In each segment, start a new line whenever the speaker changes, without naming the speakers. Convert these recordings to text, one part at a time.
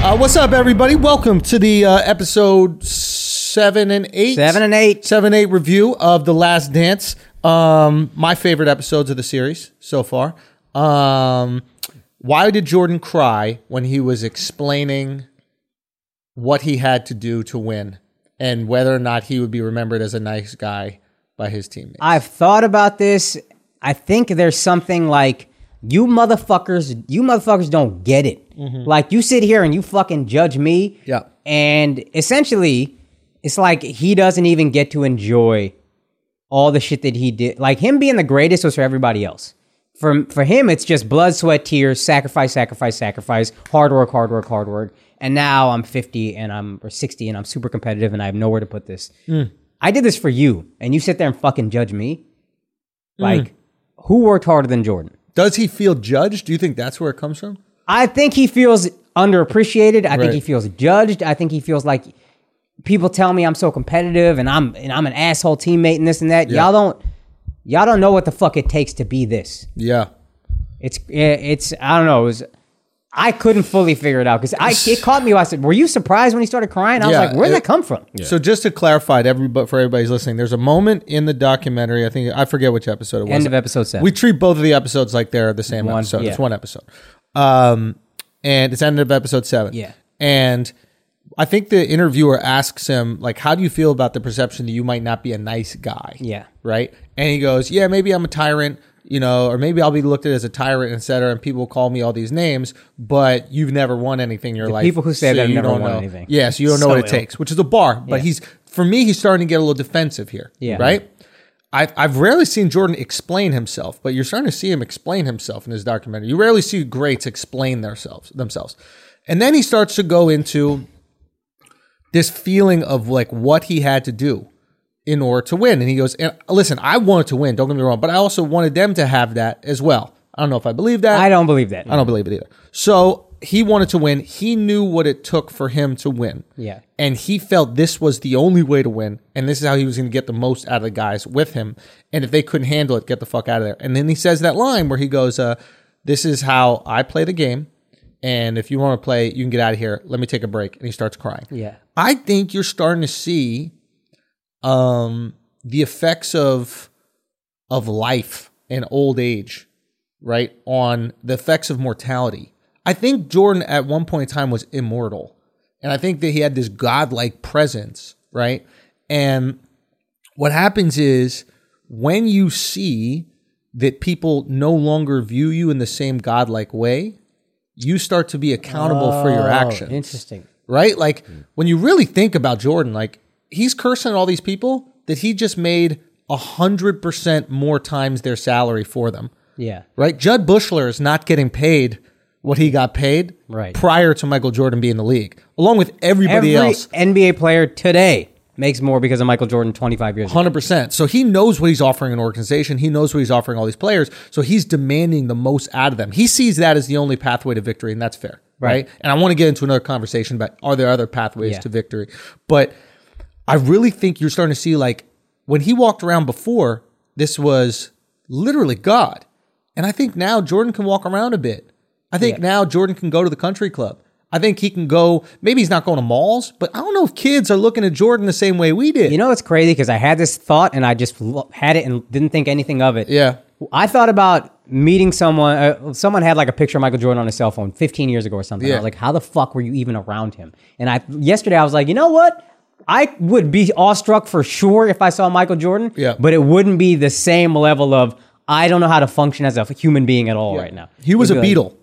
Uh, what's up, everybody? Welcome to the uh, episode seven and eight.
Seven and eight.
Seven, eight review of The Last Dance. Um, my favorite episodes of the series so far. Um, why did Jordan cry when he was explaining what he had to do to win and whether or not he would be remembered as a nice guy by his teammates?
I've thought about this. I think there's something like you motherfuckers, you motherfuckers don't get it. Like you sit here and you fucking judge me.
Yeah.
And essentially, it's like he doesn't even get to enjoy all the shit that he did. Like him being the greatest was for everybody else. For for him, it's just blood, sweat, tears, sacrifice, sacrifice, sacrifice, hard work, hard work, hard work. And now I'm 50 and I'm or 60 and I'm super competitive and I have nowhere to put this. I did this for you, and you sit there and fucking judge me. Like, who worked harder than Jordan?
Does he feel judged? Do you think that's where it comes from?
I think he feels underappreciated. I
Right.
think he feels judged. I think he feels like people tell me I'm so competitive and I'm and I'm an asshole teammate and this and that.
Yeah.
Y'all don't y'all don't know what the fuck it takes to be this.
Yeah.
It's it's I don't know. It was I couldn't fully figure it out because I it caught me. I said, "Were you surprised when he started crying?" I was
Yeah,
like, "Where did
it-
that come from?"
So just to clarify, to everybody, for everybody's listening, there's a moment in the documentary. I think I forget which episode it was.
End of episode seven.
We treat both of the episodes like they're the same
One,
episode.
yeah.
It's one episode, um, and it's end of episode seven.
Yeah.
and I think the interviewer asks him like, "How do you feel about the perception that you might not be a nice guy?"
Yeah.
right? And he goes, "Yeah, maybe I'm a tyrant." You know, or maybe I'll be looked at as a tyrant, et cetera, and people call me all these names, but you've never won anything in your life.
people who say they've
you
never
don't
won
know.
anything.
Yeah, so you don't know
So
what it
ill.
takes takes, which is a bar. But he's for me, he's starting to get a little defensive here.
Yeah.
Right. I've I've rarely seen Jordan explain himself, but you're starting to see him explain himself in his documentary. You rarely see greats explain themselves themselves. And then he starts to go into this feeling of like what he had to do in order to win. And he goes, and listen, I wanted to win, don't get me wrong, but I also wanted them to have that as well. I don't know if I believe that.
I don't believe that.
I don't believe it either. So he wanted to win. He knew what it took for him to win.
Yeah.
And he felt this was the only way to win. And this is how he was going to get the most out of the guys with him. And if they couldn't handle it, get the fuck out of there. And then he says that line where he goes, uh, This is how I play the game. And if you want to play, you can get out of here. Let me take a break. And he starts crying.
Yeah.
I think you're starting to see um, the effects of of life and old age, right? On the effects of mortality. I think Jordan at one point in time was immortal. And I think that he had this godlike presence, right? And what happens is when you see that people no longer view you in the same godlike way, you start to be accountable for your actions
Oh, Interesting.
right? Like
Hmm.
when you really think about Jordan, like he's cursing all these people that he just made a hundred percent more times their salary for them,
Yeah.
right? Judd Bushler is not getting paid what he got paid
Right.
prior to Michael Jordan being in the league, along with everybody
Every
else.
NBA player today makes more because of Michael Jordan 25 years ago.
Hundred percent. So he knows what he's offering an organization. He knows what he's offering all these players. So he's demanding the most out of them. He sees that as the only pathway to victory, and that's fair, right? And I want to get into another conversation about are there other pathways
Yeah.
to victory, but I really think you're starting to see like when he walked around before, this was literally God, and I think now Jordan can walk around a bit. I think now Jordan can go to the country club. I think he can go. Maybe he's not going to malls, but I don't know if kids are looking at Jordan the same way we did.
You know what's crazy? Because I had this thought and I just lo- had it and didn't think anything of it.
yeah.
I thought about meeting someone. Uh, someone had like a picture of Michael Jordan on his cell phone 15 years ago or something.
Yeah.
I was like, how the fuck were you even around him? And I yesterday I was like, you know what? I would be awestruck for sure if I saw Michael Jordan.
Yeah.
But it wouldn't be the same level of I don't know how to function as a human being at all right now.
He was a
It'd be like-
Beatle.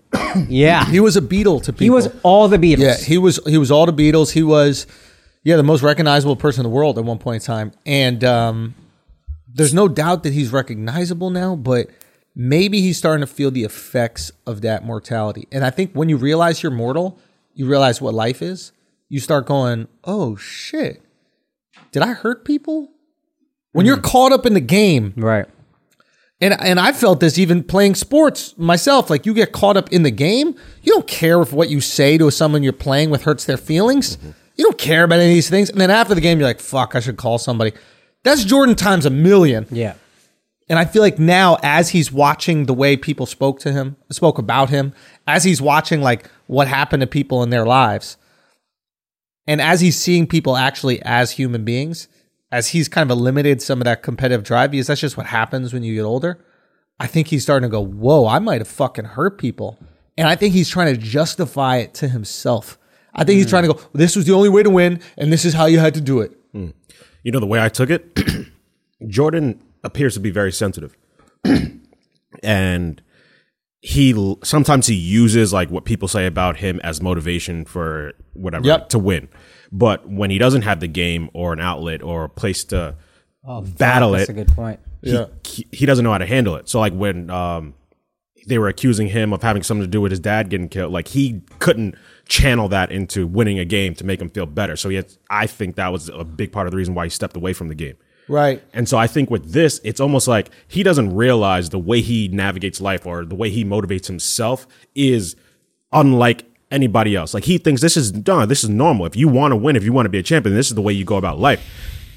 Yeah.
He was a Beatle to people.
He was all the Beatles.
Yeah, he was. He was all the Beatles. He was, yeah, the most recognizable person in the world at one point in time. And um, there's no doubt that he's recognizable now, but maybe he's starting to feel the effects of that mortality. And I think when you realize you're mortal, you realize what life is. You start going, "Oh shit, did I hurt people?" When
Mm.
you're caught up in the game,
right.
and and I felt this even playing sports myself. Like you get caught up in the game. You don't care if what you say to someone you're playing with hurts their feelings. You don't care about any of these things. And then after the game, you're like, "Fuck, I should call somebody." That's Jordan times a million.
Yeah.
And I feel like now, as he's watching the way people spoke to him, spoke about him, as he's watching like what happened to people in their lives, And as he's seeing people actually as human beings, as he's kind of eliminated some of that competitive drive, because that's just what happens when you get older. I think he's starting to go, whoa, I might have fucking hurt people. And I think he's trying to justify it to himself. I think he's trying to go, this was the only way to win, and this is how you had to do it.
You know the way I took it. Jordan appears to be very sensitive, and he l- sometimes he uses like what people say about him as motivation for whatever
Yep.
to win. But when he doesn't have the game or an outlet or a place to battle
Oh, That's
it,
a good point.
he, he- he doesn't know how to handle it. So like when um, they were accusing him of having something to do with his dad getting killed, like he couldn't channel that into winning a game to make him feel better. So he had, I think that was a big part of the reason why he stepped away from the game.
Right.
And so I think with this, it's almost like he doesn't realize the way he navigates life or the way he motivates himself is unlike anybody else. Like he thinks this is done, this is normal. If you want to win, if you want to be a champion, this is the way you go about life.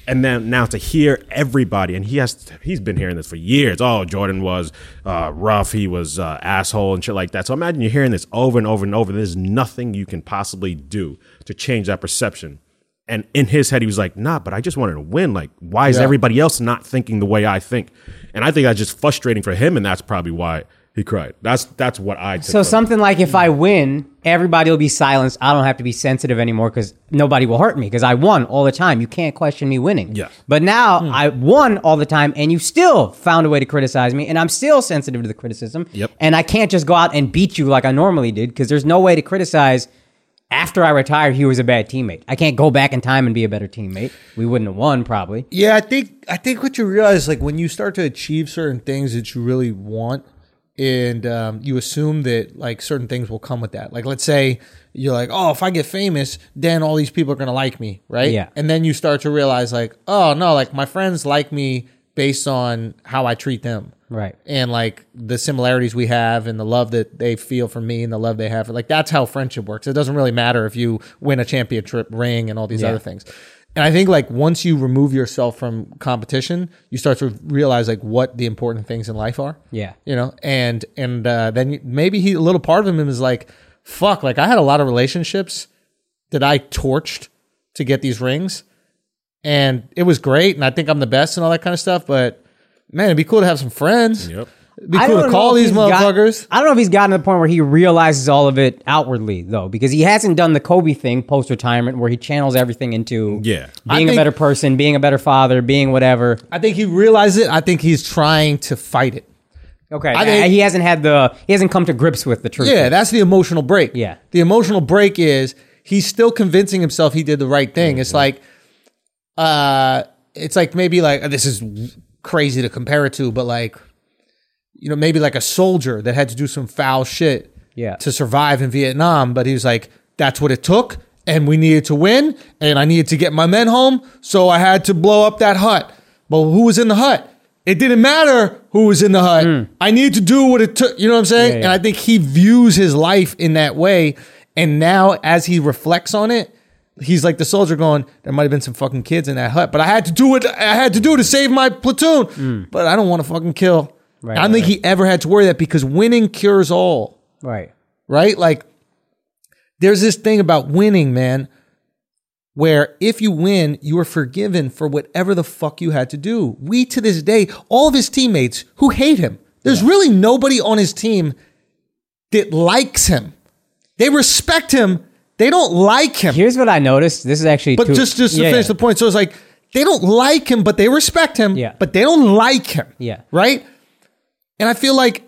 And then now to hear everybody, and he has he's been hearing this for years. Oh, Jordan was uh, rough, he was uh, asshole and shit like that. So imagine you're hearing this over and over and over. There's nothing you can possibly do to change that perception. And in his head, he was like, nah, but I just wanted to win. Like, why is everybody else not thinking the way I think? And I think that's just frustrating for him. And that's probably why he cried. That's that's what I took
So
from it.
something like if I win, everybody will be silenced. I don't have to be sensitive anymore because nobody will hurt me because I won all the time. You can't question me winning.
Yes.
But now I won all the time, and you still found a way to criticize me, and I'm still sensitive to the criticism.
Yep.
And I can't just go out and beat you like I normally did because there's no way to criticize. After I retire, he was a bad teammate. I can't go back in time and be a better teammate. We wouldn't have won probably.
Yeah, I think I think what you realize, like when you start to achieve certain things that you really want, and um, you assume that like certain things will come with that. Like let's say you're like, oh, if I get famous, then all these people are gonna like me, right?
Yeah.
And then you start to realize, like, oh no, like my friends like me based on how I treat them,
Right.
And like the similarities we have, and the love that they feel for me, and the love they have, for like that's how friendship works. It doesn't really matter if you win a championship ring and all these
Yeah.
other things things. And I think like once you remove yourself from competition, you start to realize like what the important things in life are.
Yeah.
You know, and and uh, then you- maybe he a little part of him is like, fuck, like I had a lot of relationships that I torched to get these rings, and it was great, and I think I'm the best and all that kind of stuff. But man, it'd be cool to have some friends.
Yep.
It'd be
I
cool
don't
to
know
call
if
these
he's got-
motherfuckers.
I don't know if he's gotten to the point where he realizes all of it outwardly though, because he hasn't done the Kobe thing post retirement where he channels everything into
Yeah.
I
being a
think-
better person, being a better father, being whatever.
I think he realizes it. I think he's trying to fight it.
Okay,
I think-
he hasn't had the he hasn't come to grips with the truth.
Yeah, that's the emotional break.
Yeah.
The emotional break is he's still convincing himself he did the right thing. It's like uh it's like maybe like this is crazy to compare it to, but like you know, maybe like a soldier that had to do some foul shit
Yeah.
to survive in Vietnam, but he was like, that's what it took, and we needed to win, and I needed to get my men home, so I had to blow up that hut. But who was in the hut? It didn't matter who was in the hut. I needed to do what it took. You know what I'm saying?
Hmm. yeah.
And I think he views his life in that way. And now, as he reflects on it, he's like the soldier going, "There might have been some fucking kids in that hut, but I had to do what I had to do to save my platoon. But I don't want to fucking kill."
Hmm. Right,
I don't think
right.
he ever had to worry that because winning cures all
right.
right? Like there's this thing about winning, man, where if you win, you are forgiven for whatever the fuck you had to do. We to this day, all of his teammates who hate him. There's really nobody on his team that likes him. They respect him. They don't like him.
Here's what I noticed. This is actually
but
too-
just just to
yeah,
finish
yeah.
the point, so it's like they don't like him, but they respect him.
Yeah.
But they don't like him.
Yeah.
Right? And I feel like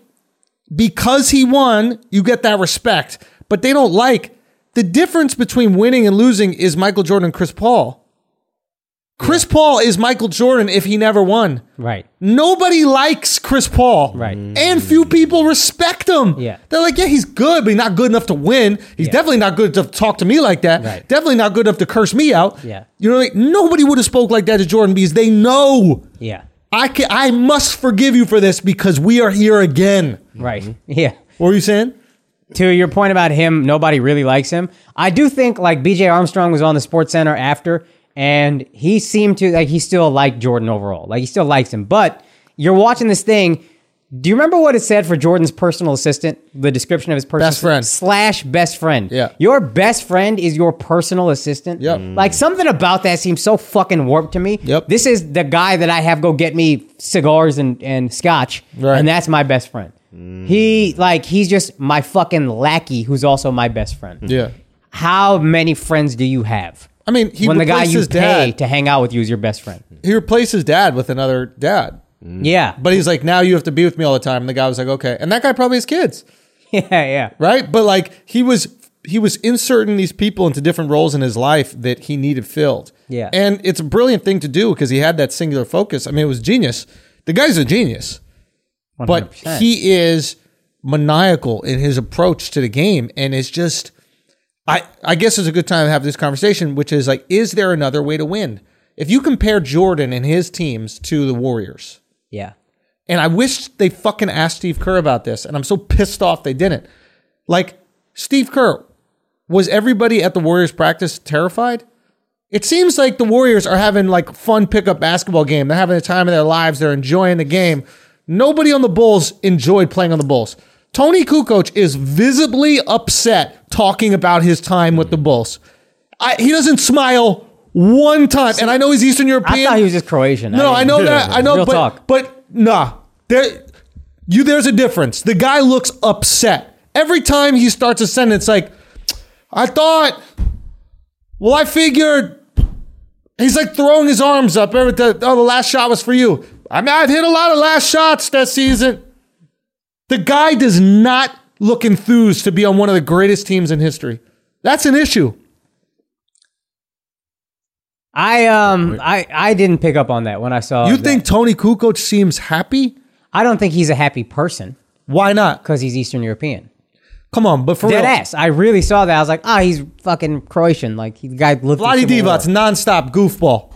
because he won, you get that respect, but they don't like. The difference between winning and losing is Michael Jordan and Chris Paul. Chris Paul is Michael Jordan if he never won.
right.
Nobody likes Chris Paul.
Right.
And few people respect him.
Yeah.
They're like, yeah, he's good, but he's not good enough to win. He's
Yeah.
definitely not good enough to talk to me like that.
Right.
Definitely not good enough to curse me out.
Yeah.
You know, like, nobody would have spoke like that to Jordan because they know
Yeah.
I can I must forgive you for this because we are here again.
Right.
Mm-hmm.
Yeah.
What were you saying?
to your point about him, nobody really likes him. I do think like BJ Armstrong was on the Sports Center after, and he seemed to like he still liked Jordan overall. Like he still likes him. But you're watching this thing. Do you remember what it said for Jordan's personal assistant? The description of his personal
Best friend.
slash best friend.
Yeah.
your best friend is your personal assistant.
Yep. Mm.
like something about that seems so fucking warped to me.
Yep.
this is the guy that I have go get me cigars and and scotch,
Right.
and that's my best friend. He like he's just my fucking lackey who's also my best friend.
Yeah.
How many friends do you have?
I mean, he
when the guy
replaced
you
his
pay
dad.
to hang out with you is your best friend.
He replaced his dad with another dad.
Yeah,
But he's like, now you have to be with me all the time. And the guy was like, okay. And that guy probably has kids,
yeah, yeah.
right? But like he was he was inserting these people into different roles in his life that he needed filled.
Yeah.
And it's a brilliant thing to do because he had that singular focus. I mean, it was genius. The guy's a genius. But
100%.
he is maniacal in his approach to the game and it's just I I guess it's a good time to have this conversation, which is like, is there another way to win? If you compare Jordan and his teams to the Warriors,
yeah.
and I wish they fucking asked Steve Kerr about this, and I'm so pissed off they didn't. Like, Steve Kerr, was everybody at the Warriors practice terrified? It seems like the Warriors are having like fun pickup basketball game. They're having the time of their lives. They're enjoying the game. Nobody on the Bulls enjoyed playing on the Bulls. Tony Kukoc is visibly upset talking about his time with the Bulls. I, he doesn't smile one time, and I know he's Eastern European.
I thought he was just Croatian.
No,
didn't-
I know that. I know,
Real
but
talk.
but nah, there, you there's a difference. The guy looks upset every time he starts a sentence. Like, I thought. Well, I figured. He's like throwing his arms up. Every time, oh, the last shot was for you. I mean, I've hit a lot of last shots that season. The guy does not look enthused to be on one of the greatest teams in history. That's an issue.
I um I I didn't pick up on that when I saw.
You
that.
think Tony Kukoc seems happy?
I don't think he's a happy person
Why not?
because he's Eastern European.
Come on, but for
Dead
real,
ass. I really saw that. I was like, ah, he's fucking Croatian. Like he, the guy looked. at
Vladi
Civil War.
Divac, nonstop goofball.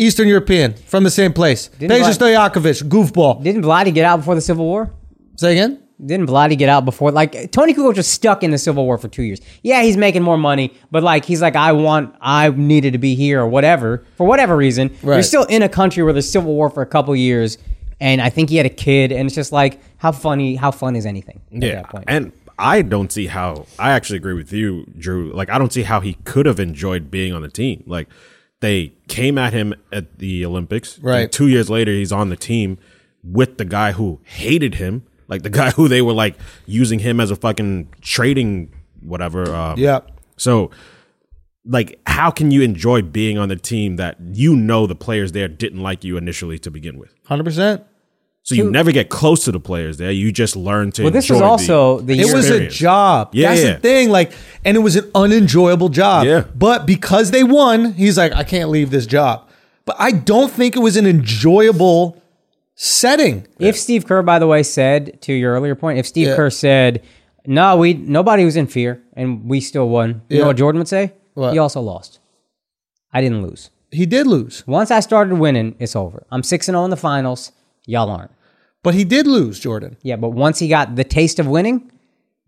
Eastern European from the same place.
Didn't
Peja Stojakovic, goofball.
Didn't Vladi get out before the Civil War?
Say again?
Didn't Vladi get out before? Like Tony Kukoc was stuck in the Civil War for two years. Yeah, he's making more money, but like he's like, I want, I needed to be here or whatever for whatever reason. You're
Right.
still in a country where there's Civil War for a couple years, and I think he had a kid, and it's just like, how funny? How fun is anything? At
yeah,
that point.
and I don't see how. I actually agree with you, Drew. Like, I don't see how he could have enjoyed being on the team. Like, they came at him at the Olympics. and
Right.
two years later, he's on the team with the guy who hated him. Like the guy who they were like using him as a fucking trading whatever. Um,
Yeah.
So, like, how can you enjoy being on the team that you know the players there didn't like you initially to begin with?
100%.
So you never get close to the players there. You just learn to.
Well, this was
enjoy the-
also the
It
year.
was a
Experience.
job.
Yeah,
That's
yeah.
the thing. Like, and it was an unenjoyable job.
Yeah.
But because they won, he's like, I can't leave this job. But I don't think it was an enjoyable setting.
If Steve Kerr, by the way, said to your earlier point, if Steve
Yeah.
Kerr said, "No, we nobody was in fear, and we still won," you
Yeah.
know what Jordan would say?
What?
He also lost. I didn't lose.
He did lose.
Once I started winning, it's over. I'm six and zero in the finals. Y'all aren't.
But he did lose, Jordan.
Yeah, but once he got the taste of winning,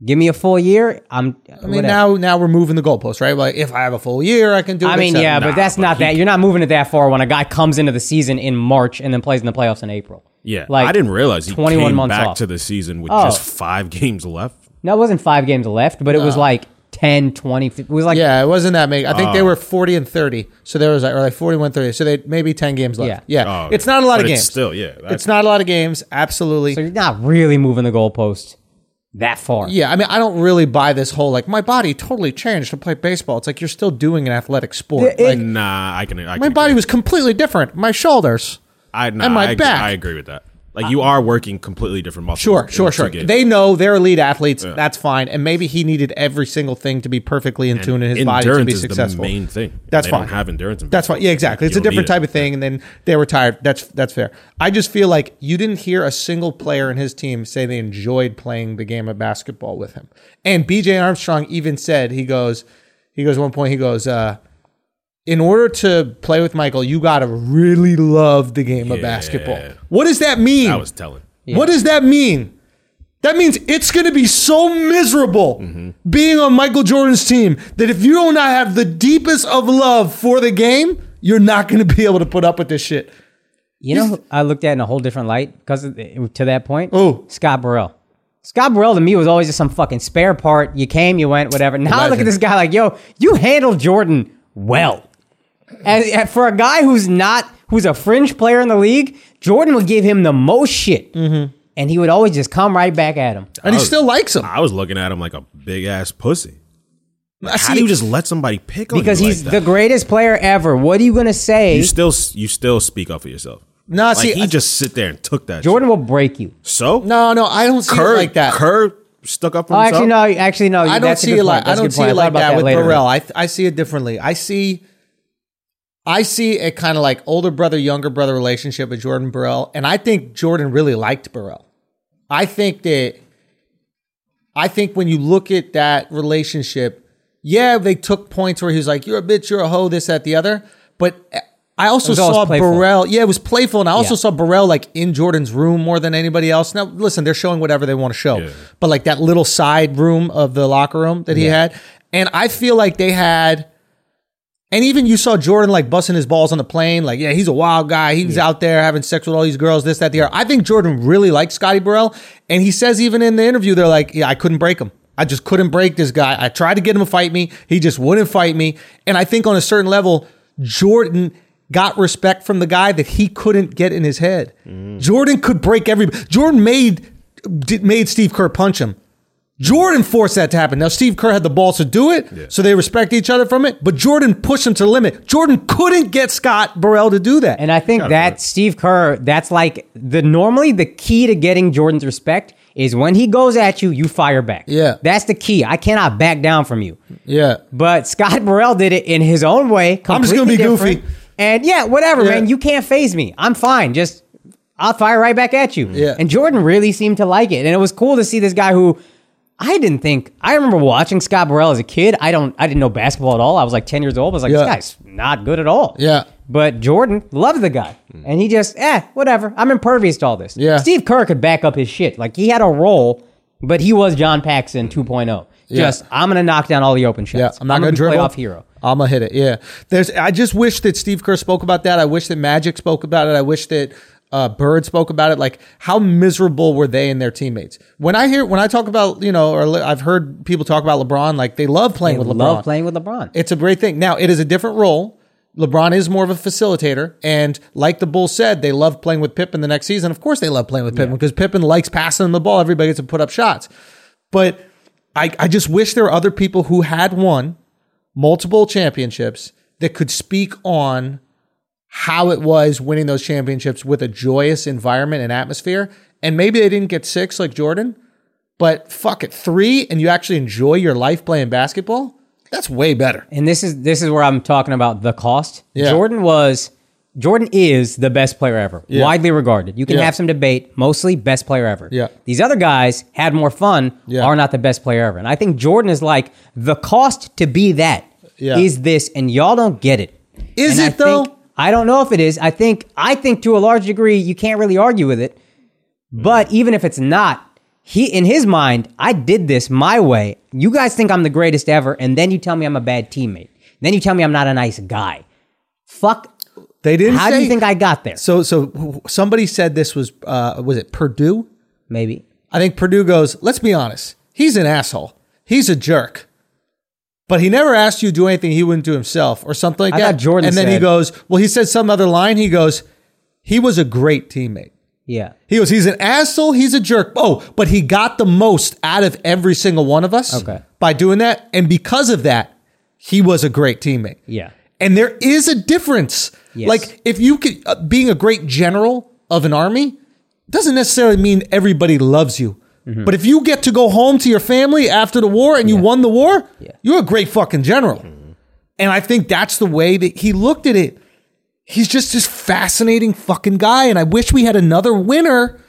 give me a full year. I'm.
I mean, now now we're moving the goalpost, right? Like, if I have a full year, I can do it.
I mean,
etc.
yeah,
Nah,
but that's
but
not
he-
that. You're not moving it that far when a guy comes into the season in March and then plays in the playoffs in April.
Yeah,
like
I didn't realize he
21
came
months
back
off.
to the season with
Oh.
just five games left.
No, it wasn't five games left, but it was like 10, 20. It was like
Yeah, it wasn't that many. I think
Oh.
they were 40 and 30. So there was like, or like 41 30. So they maybe 10 games left.
Yeah.
Yeah.
Oh,
It's not a lot
but
of
it's
games.
still, yeah, that's-
It's not a lot of games. Absolutely.
So you're not really moving the goalpost that far.
yeah. I mean, I don't really buy this whole like, my body totally changed to play baseball. It's like you're still doing an athletic sport.
Yeah, it-
like,
Nah, I can. I
my
can
body
agree.
was completely different. My shoulders.
I, nah,
and my
I agree-
back.
I agree with that. Like you are working completely different muscles.
Sure,
in
sure,
two
sure.
games.
They know they're elite athletes. That's fine. And maybe he needed every single thing to be perfectly in tune in his body to be
endurance is the
successful.
main thing.
That's
they
fine.
Don't have endurance. in
That's
baseball.
fine. Yeah, exactly. It's
You
a
don't
different
need
type
it.
of thing, and then they were tired. That's that's fair. I just feel like you didn't hear a single player in his team say they enjoyed playing the game of basketball with him. And BJ Armstrong even said he goes, he goes at one point he goes, uh, in order to play with Michael, you got to really love the game of basketball. What does that mean?
I was telling.
What does that mean? That means it's going to be so miserable
Mm-hmm.
being on Michael Jordan's team that if you do not have the deepest of love for the game, you're not going to be able to put up with this shit.
You know, who I looked at in a whole different light because to that point.
Who?
Scott Burrell. Scott Burrell to me was always just some fucking spare part. You came, you went, whatever. Now I look at
Legend.
this guy like, yo, you handled Jordan well. As, as- for a guy who's not, who's a fringe player in the league, Jordan would give him the most shit,
Mm-hmm.
and he would always just come right back at him.
And he
Oh.
still likes
Uh,
him.
I was looking at him like a big ass pussy.
I
How
see.
do you just let somebody pick on
Because
you
he's
like
the
that?
greatest player ever. What are you gonna say?
You still you still speak up for yourself.
Nah,
like
see,
he
I-
just sit there and took that.
Jordan will break you.
shit. so
no, no, I don't see
Kerr
it like that.
Kerr stuck up for
Oh,
himself.
actually, no. Actually, no.
I don't
that's a
see
good
it like
point.
I
That's a
don't
good
see
point.
it
I thought
like
about
that, with
later.
Burrell. I th- I see it differently. I see I see a kind of like older brother younger brother relationship with Jordan Burrell, and I think Jordan really liked Burrell. I think that I think when you look at that relationship, yeah, they took points where he was like, "You're a bitch, you're a hoe," this, that, the other. But I also
was always
saw
playful.
Burrell. Yeah, it was playful, and I also
Yeah.
saw Burrell like in Jordan's room more than anybody else. Now, listen, they're showing whatever they want to show, but like that little side room of the locker room that he had, and I feel like they had. And even you saw Jordan like busting his balls on the plane, like, yeah, he's a wild guy. He's out there having sex with all these girls, this, that, the other. I think Jordan really likes Scotty Burrell. And he says, even in the interview, they're like, yeah, I couldn't break him. I just couldn't break this guy. I tried to get him to fight me. He just wouldn't fight me. And I think on a certain level, Jordan got respect from the guy that he couldn't get in his head. Jordan could break everybody. Jordan made, did, made Steve Kerr punch him. Jordan forced that to happen. Now Steve Kerr had the balls to do it, so they respect each other from it. But Jordan pushed him to the limit. Jordan couldn't get Scott Burrell to do that.
And I think that Steve Kerr, that's like the normally the key to getting Jordan's respect is when he goes at you, you fire back.
Yeah.
That's the key. I cannot back down from you.
yeah,
But Scott Burrell did it in his own way.
I'm just gonna be
completely
goofy.
different. And yeah, whatever,
Yeah.
man. You can't phase me. I'm fine. Just I'll fire right back at you.
Mm. Yeah.
And Jordan really seemed to like it. And it was cool to see this guy who I didn't think I remember watching Scott Burrell as a kid. I don't I didn't know basketball at all. I was like 10 years old. I was like,
Yeah.
this guy's not good at all.
Yeah. Mm.
But Jordan loved the guy. And he just, eh, whatever. I'm impervious to all this.
Yeah.
Steve Kerr could back up his shit. Like he had a role, but he was John Paxson 2.0. Just I'm gonna knock down all the open shots.
yeah. I'm not gonna,
be
dribble
playoff hero.
I'm gonna hit it. Yeah, there's. I just wish that Steve Kerr spoke about that. I wish that Magic spoke about it. I wish that uh, Bird spoke about it. Like how miserable were they and their teammates? When I hear when I talk about you know, or li- I've heard people talk about LeBron, like they love playing with LeBron.
Love playing with LeBron.
It's a great thing. Now, it is a different role. LeBron is more of a facilitator. And like the Bulls said, they love playing with Pippen the next season. Of course, they love playing with Pippen because Pippen likes passing him the ball. Everybody gets to put up shots. But I, I just wish there were other people who had won multiple championships that could speak on how it was winning those championships with a joyous environment and atmosphere. And maybe they didn't get six like Jordan, but fuck it, three, and you actually enjoy your life playing basketball. That's way better.
and this is this is where I'm talking about the cost.
Yeah.
Jordan was Jordan is the best player ever, widely regarded. You can
Yeah.
have some debate, mostly best player ever.
Yeah.
These other guys had more fun,
Yeah.
are not the best player ever. And I think Jordan is like the cost to be that is
Yeah.
this and y'all don't get it.
Is
And I
it, though?
think- I don't know if it is. I think I think to a large degree you can't really argue with it. But even if it's not, he in his mind, I did this my way. You guys think I'm the greatest ever, and then you tell me I'm a bad teammate. Then you tell me I'm not a nice guy. Fuck.
They didn't.
How do you
say-
think I got there?
So so somebody said this was uh, was it Purdue?
Maybe.
I think Purdue goes. Let's be honest. He's an asshole. He's a jerk. But he never asked you to do anything he wouldn't do himself or something like
I
that.
thought Jordan
and then he
said-
goes, well, he said some other line. He goes, he was a great teammate.
Yeah.
He goes, he's an asshole, he's a jerk. Oh, but he got the most out of every single one of us
Okay.
by doing that. And because of that, he was a great teammate.
Yeah.
And there is a difference.
Yes.
Like if you could uh, being a great general of an army doesn't necessarily mean everybody loves you.
Mm-hmm.
But if you get to go home to your family after the war and you won the war, you're a great fucking general.
Mm-hmm.
And I think that's the way that he looked at it. He's just this fascinating fucking guy. And I wish we had another winner.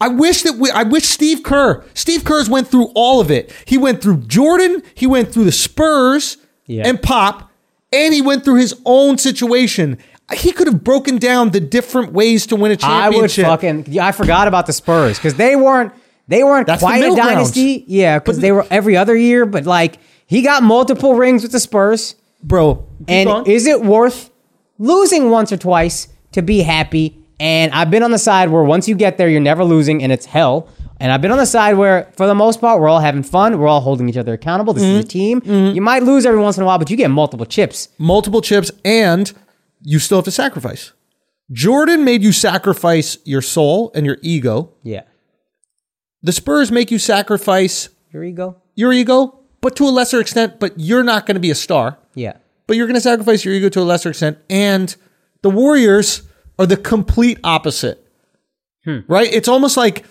I wish that we, I wish Steve Kerr, Steve Kerr's went through all of it. He went through Jordan, he went through the Spurs
Yeah.
and Pop, and he went through his own situation. He could have broken down the different ways to win a
I would
championship.
fucking yeah, I forgot about the Spurs because they weren't they weren't
That's the
quite a
middle ground.
dynasty. Yeah, because they were every other year, but like he got multiple rings with the Spurs.
Bro, keep
and
going.
is it worth losing once or twice to be happy And I've been on the side where once you get there, you're never losing and it's hell. And I've been on the side where, for the most part, we're all having fun. We're all holding each other accountable. This
Mm-hmm.
is a team. You might lose every once in a while, but you get multiple chips.
multiple chips, and you still have to sacrifice. Jordan made you sacrifice your soul and your ego.
Yeah.
The Spurs make you sacrifice
Your ego?
your ego, but to a lesser extent, but you're not going to be a star.
Yeah.
But you're going to sacrifice your ego to a lesser extent. And the Warriors are the complete opposite.
Hmm.
Right? It's almost like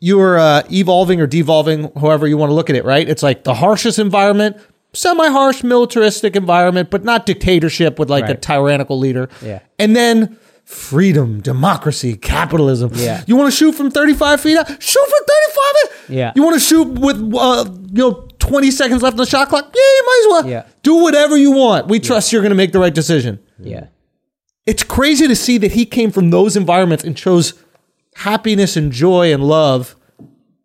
you're uh, evolving or devolving, however you want to look at it, right? It's like the harshest environment, semi harsh militaristic environment, but not dictatorship with like a
Right.
tyrannical leader.
Yeah.
And then freedom, democracy, capitalism.
Yeah.
You want to shoot from 35 feet out? Shoot from 35 feet.
Yeah.
You want to shoot with uh, you know 20 seconds left on the shot clock? Yeah, you might as well.
Yeah.
Do whatever you want. We trust you're going to make the right decision.
Yeah.
It's crazy to see that he came from those environments and chose happiness and joy and love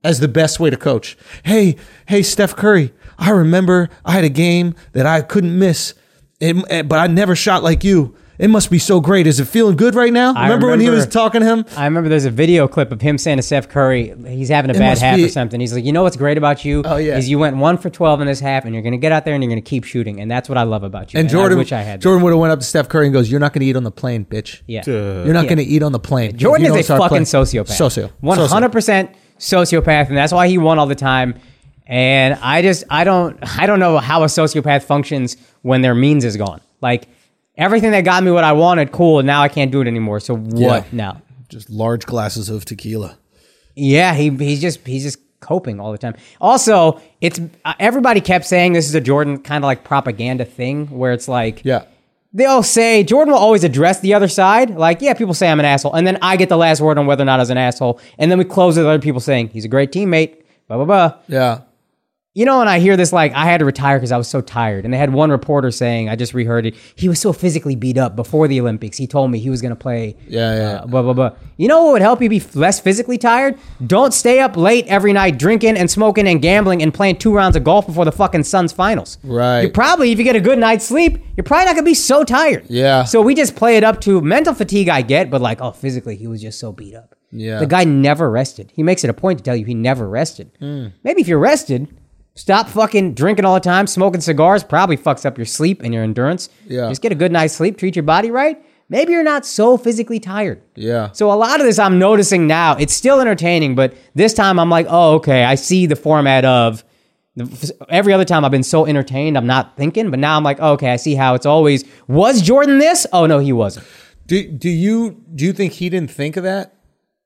as the best way to coach. Hey, hey, Steph Curry, I remember I had a game that I couldn't miss, it, eh, but I never shot like you. It must be so great. Is it feeling good right now? Remember, when he
remember-
was talking to him?
I remember there's a video clip of him saying to Steph Curry, he's having a bad
must
half
be-
or something. He's like, you know what's great about you?
Oh, yeah.
Is you went one for 12 in this half, and you're going to get out there and you're going to keep shooting. And that's what I love about you.
And
I
Jordan,
wish I had that.
Jordan would have went up to Steph Curry and goes, "You're not going to eat on the plane, bitch.
Yeah.
You're not going to eat on the plane."
Jordan
If you
is
don't
a
start
fucking
playing-
sociopath.
Socio.
One
Socio.
hundred percent sociopath, and that's why he won all the time. And I just I don't I don't know how a sociopath functions when their means is gone. Like everything that got me what I wanted, cool. Now I can't do it anymore. So what
Yeah.
now?
Just large glasses of tequila.
Yeah, he he's just he's just coping all the time. Also, it's uh, everybody kept saying this is a Jordan kind of like propaganda thing where it's like
Yeah.
they'll say Jordan will always address the other side. Like, yeah, people say I'm an asshole, and then I get the last word on whether or not I was an asshole, and then we close with other people saying he's a great teammate. Blah blah blah.
Yeah.
You know, and I hear this like I had to retire because I was so tired, and they had one reporter saying I just reheard it. He was so physically beat up before the Olympics. He told me he was going to play.
Yeah, yeah.
Uh, blah blah blah. You know what would help you be f- less physically tired? Don't stay up late every night drinking and smoking and gambling and playing two rounds of golf before the fucking Suns finals.
Right.
You probably if you get a good night's sleep, you're probably not gonna be so tired.
Yeah.
So we just play it up to mental fatigue. I get, but like, oh, physically he was just so beat up.
Yeah.
The guy never rested. He makes it a point to tell you he never rested. Maybe if you're rested. Stop fucking drinking all the time. Smoking cigars probably fucks up your sleep and your endurance.
Yeah.
Just get a good night's sleep, treat your body right. Maybe you're not so physically tired.
Yeah.
So a lot of this I'm noticing now, it's still entertaining, but this time I'm like, oh, okay, I see the format of the, every other time I've been so entertained, I'm not thinking, but now I'm like, okay, I see how it's always was Jordan this? Oh no, he wasn't.
Do do you do you think he didn't think of that?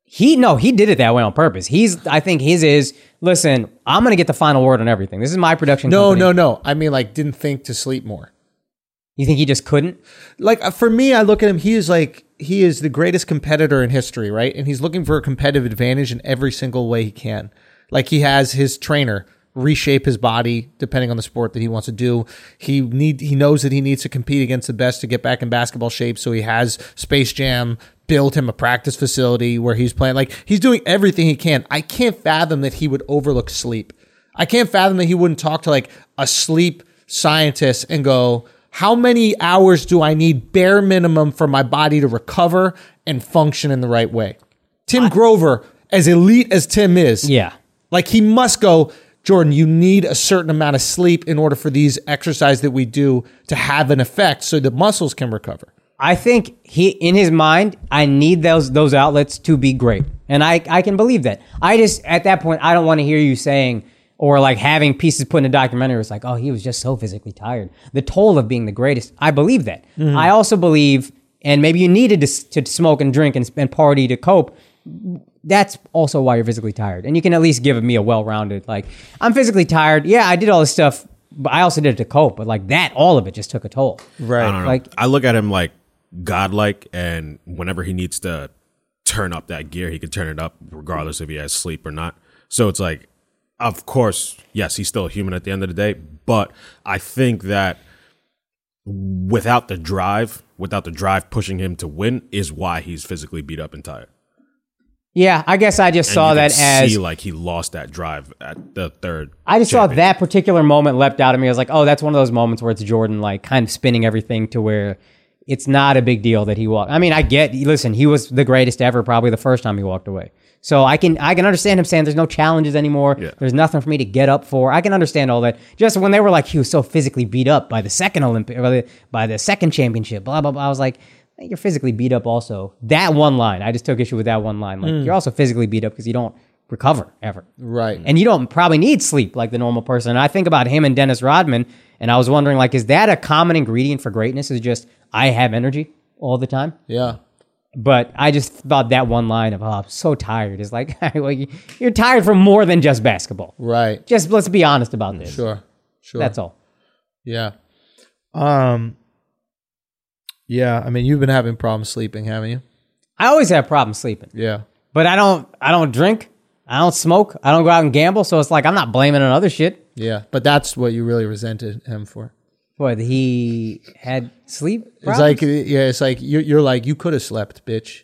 He no, he did it that way on purpose. He's I think his is listen, I'm gonna get the final word on everything. This is my production.
No,
company.
no, no. I mean, like, didn't think to sleep more.
You think he just couldn't?
Like uh, for me, I look at him. He is like he is the greatest competitor in history, right? And he's looking for a competitive advantage in every single way he can. Like he has his trainer reshape his body depending on the sport that he wants to do. He need he knows that he needs to compete against the best to get back in basketball shape. So he has Space Jam built him a practice facility where he's playing. Like he's doing everything he can. I can't fathom that he would overlook sleep. I can't fathom that he wouldn't talk to like a sleep scientist and go, how many hours do I need bare minimum for my body to recover and function in the right way? Tim Grover, as elite as Tim is,
Yeah.
like he must go, Jordan, you need a certain amount of sleep in order for these exercise that we do to have an effect so the muscles can recover.
I think he in his mind, I need those those outlets to be great. And I I can believe that. I just at that point I don't want to hear you saying or like having pieces put in a documentary where it's like, oh, he was just so physically tired. The toll of being the greatest. I believe that. I also believe and maybe you needed to, s- to smoke and drink and, and party to cope that's also why you're physically tired. And you can at least give me a well rounded, like, I'm physically tired. Yeah, I did all this stuff, but I also did it to cope. But like that, all of it just took a toll.
Right.
I don't know.
Like-
I look at him like godlike, and whenever he needs to turn up that gear, he can turn it up regardless if he has sleep or not. So it's like, of course, yes, he's still a human at the end of the day, but I think that without the drive, without the drive pushing him to win, is why he's physically beat up and tired.
Yeah, I guess I just
And
saw
you can
that as
see, like he lost that drive at the third.
I just saw
championship.
that particular moment leapt out at me. I was like, oh, that's one of those moments where it's Jordan, like, kind of spinning everything to where it's not a big deal that he walked. I mean, I get. Listen, he was the greatest ever, probably the first time he walked away. So I can I can understand him saying there's no challenges anymore.
Yeah.
There's nothing for me to get up for. I can understand all that. Just when they were like he was so physically beat up by the second Olympic by the, by the second championship, blah blah blah. I was like, you're physically beat up also. That one line, I just took issue with that one line. Like you're also physically beat up because you don't recover ever.
Right.
And you don't probably need sleep like the normal person. And I think about him and Dennis Rodman, and I was wondering, like, is that a common ingredient for greatness? Is just I have energy all the time.
yeah.
But I just thought that one line of "Oh, I'm so tired" is like, well, you- you're tired from more than just basketball.
Right.
Just let's be honest about this.
Sure. Sure.
That's all.
Yeah. Um. Yeah. I mean, you've been having problems sleeping, haven't you?
I always have problems sleeping,
Yeah.
but I don't. I don't drink. I don't smoke. I don't go out and gamble. So it's like I'm not blaming on other shit.
Yeah. But that's what you really resented him for.
But he had sleep.
It's
problems?
like yeah, it's like you're, you're like you could have slept, bitch.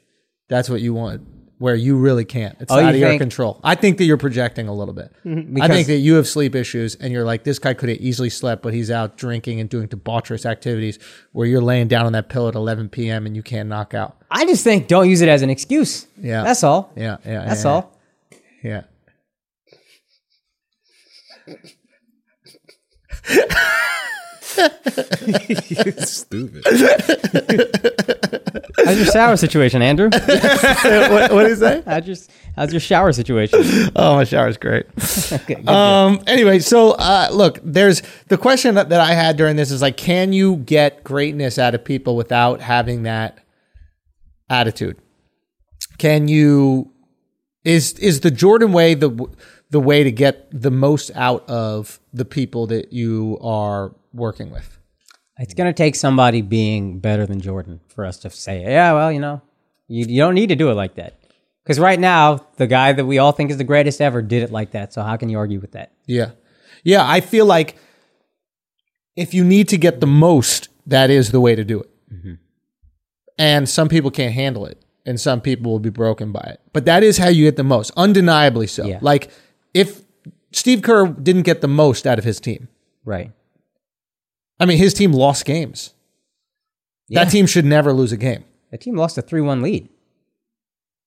That's what you want. Where you really can't. It's
Oh,
out
you
of your
think-
control. I think that you're projecting a little bit. I
because-
think that you have sleep issues, and you're like, this guy could have easily slept, but he's out drinking and doing debaucherous activities. Where you're laying down on that pillow at 11 p.m. and you can't knock out.
I just think don't use it as an excuse.
Yeah.
That's all.
Yeah, yeah,
That's
yeah,
all.
Yeah.
Stupid.
How's your shower situation, Andrew?
what, what is that?
How's your how's your shower situation?
Oh, my shower's great. um. Anyway, so uh, look, there's the question that, that I had during this is like, can you get greatness out of people without having that attitude? Can you? Is is the Jordan way the w- the way to get the most out of the people that you are working with?
it's gonna take somebody being better than Jordan for us to say, yeah, well, you know, you, you don't need to do it like that. Because right now, the guy that we all think is the greatest ever did it like that. So how can you argue with that?
Yeah. Yeah, I feel like if you need to get the most, that is the way to do it.
Mm-hmm.
And some people can't handle it, and some people will be broken by it. But that is how you get the most, undeniably so.
Yeah.
Like if Steve Kerr didn't get the most out of his team,
Right.
I mean, his team lost games.
Yeah.
That team should never lose a game.
The team lost a three-one lead,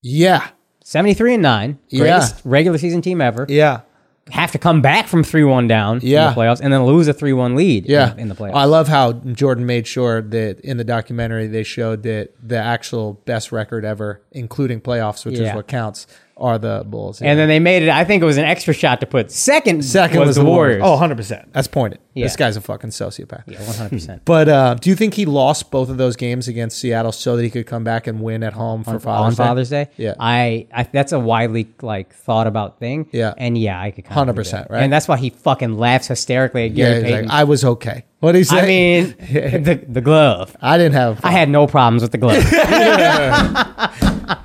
Yeah.
seventy-three and nine,
Yeah.
greatest regular season team ever.
Yeah.
Have to come back from three-one down
Yeah.
in the playoffs, and then lose a three-one lead. in-
Yeah,
in, the playoffs.
I love how Jordan made sure that in the documentary they showed that the actual best record ever, including playoffs, which is
Yeah.
what counts, are the Bulls.
And then they made it. I think it was an extra shot to put second.
second was,
the Warriors.
Oh, 100 percent. That's pointed. This
Yeah.
guy's a fucking sociopath.
one hundred percent.
But uh, do you think he lost both of those games against Seattle so that he could come back and win at home for Father's
On Father's Day.
Yeah.
I, I that's a widely like thought about thing.
Yeah.
and yeah, I could kind
100%,
of do that.
right?
And that's why he fucking laughs hysterically at
Yeah,
Gary
he's like,
Payton.
I was okay. What did he say?
I, mean, the the glove.
I didn't have.
I had no problems with the glove.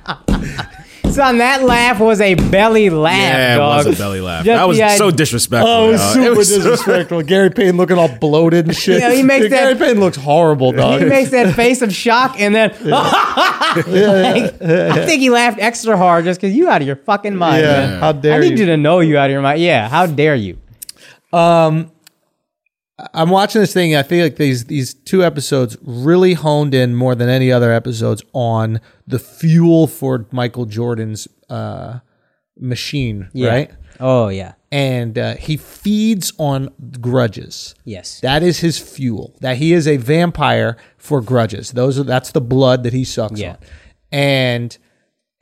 Son, that laugh was a belly laugh,
Yeah, it
dog.
was a belly laugh.
Just
that was
the
so
idea-
disrespectful.
Oh, it was
y'all.
super
It was so-
disrespectful. Gary Payton looking all bloated and shit.
Yeah, he makes
Dude, Gary
that-
Payton looks horrible, dog.
He makes that face of shock and then like, I think he laughed extra hard just because you out of your fucking mind.
yeah,
man.
how dare
I
you?
need you to know you out of your mind. Yeah, how dare you?
I'm watching this thing. And I feel like these these two episodes really honed in more than any other episodes on the fuel for Michael Jordan's uh, machine,
Yeah.
right?
Oh yeah.
And uh, he feeds on grudges.
Yes.
That is his fuel. That he is a vampire for grudges. Those are that's the blood that he sucks
Yeah.
on, and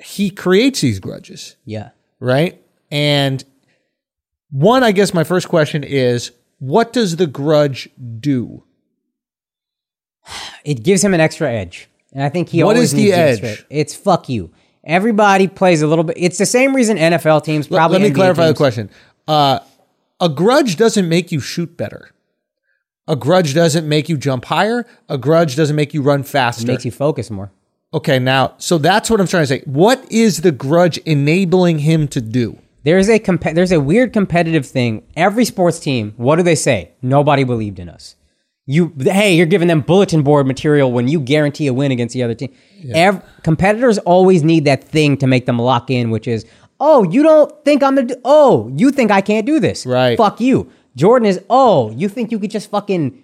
he creates these grudges
yeah.
right? And one, I guess my first question is what does the grudge do?
It gives him an extra edge, and I think he.
What
always
is the
needs extra
edge?
It's fuck you. Everybody plays a little bit. It's the same reason NFL teams
Let-
probably.
Let me
NBA
clarify the
teams-
question. Uh, a grudge doesn't make you shoot better. A grudge doesn't make you jump higher. A grudge doesn't make you run faster.
It makes you focus more.
okay, now, so that's what I'm trying to say. What is the grudge enabling him to do?
There's a comp- there's a weird competitive thing. Every sports team, what do they say? Nobody believed in us. You hey, you're giving them bulletin board material when you guarantee a win against the other team. Ev- competitors always need that thing to make them lock in, which is oh, you don't think I'm gonna do- oh, you think I can't do this?
Right.
Fuck you. Jordan is oh, you think you could just fucking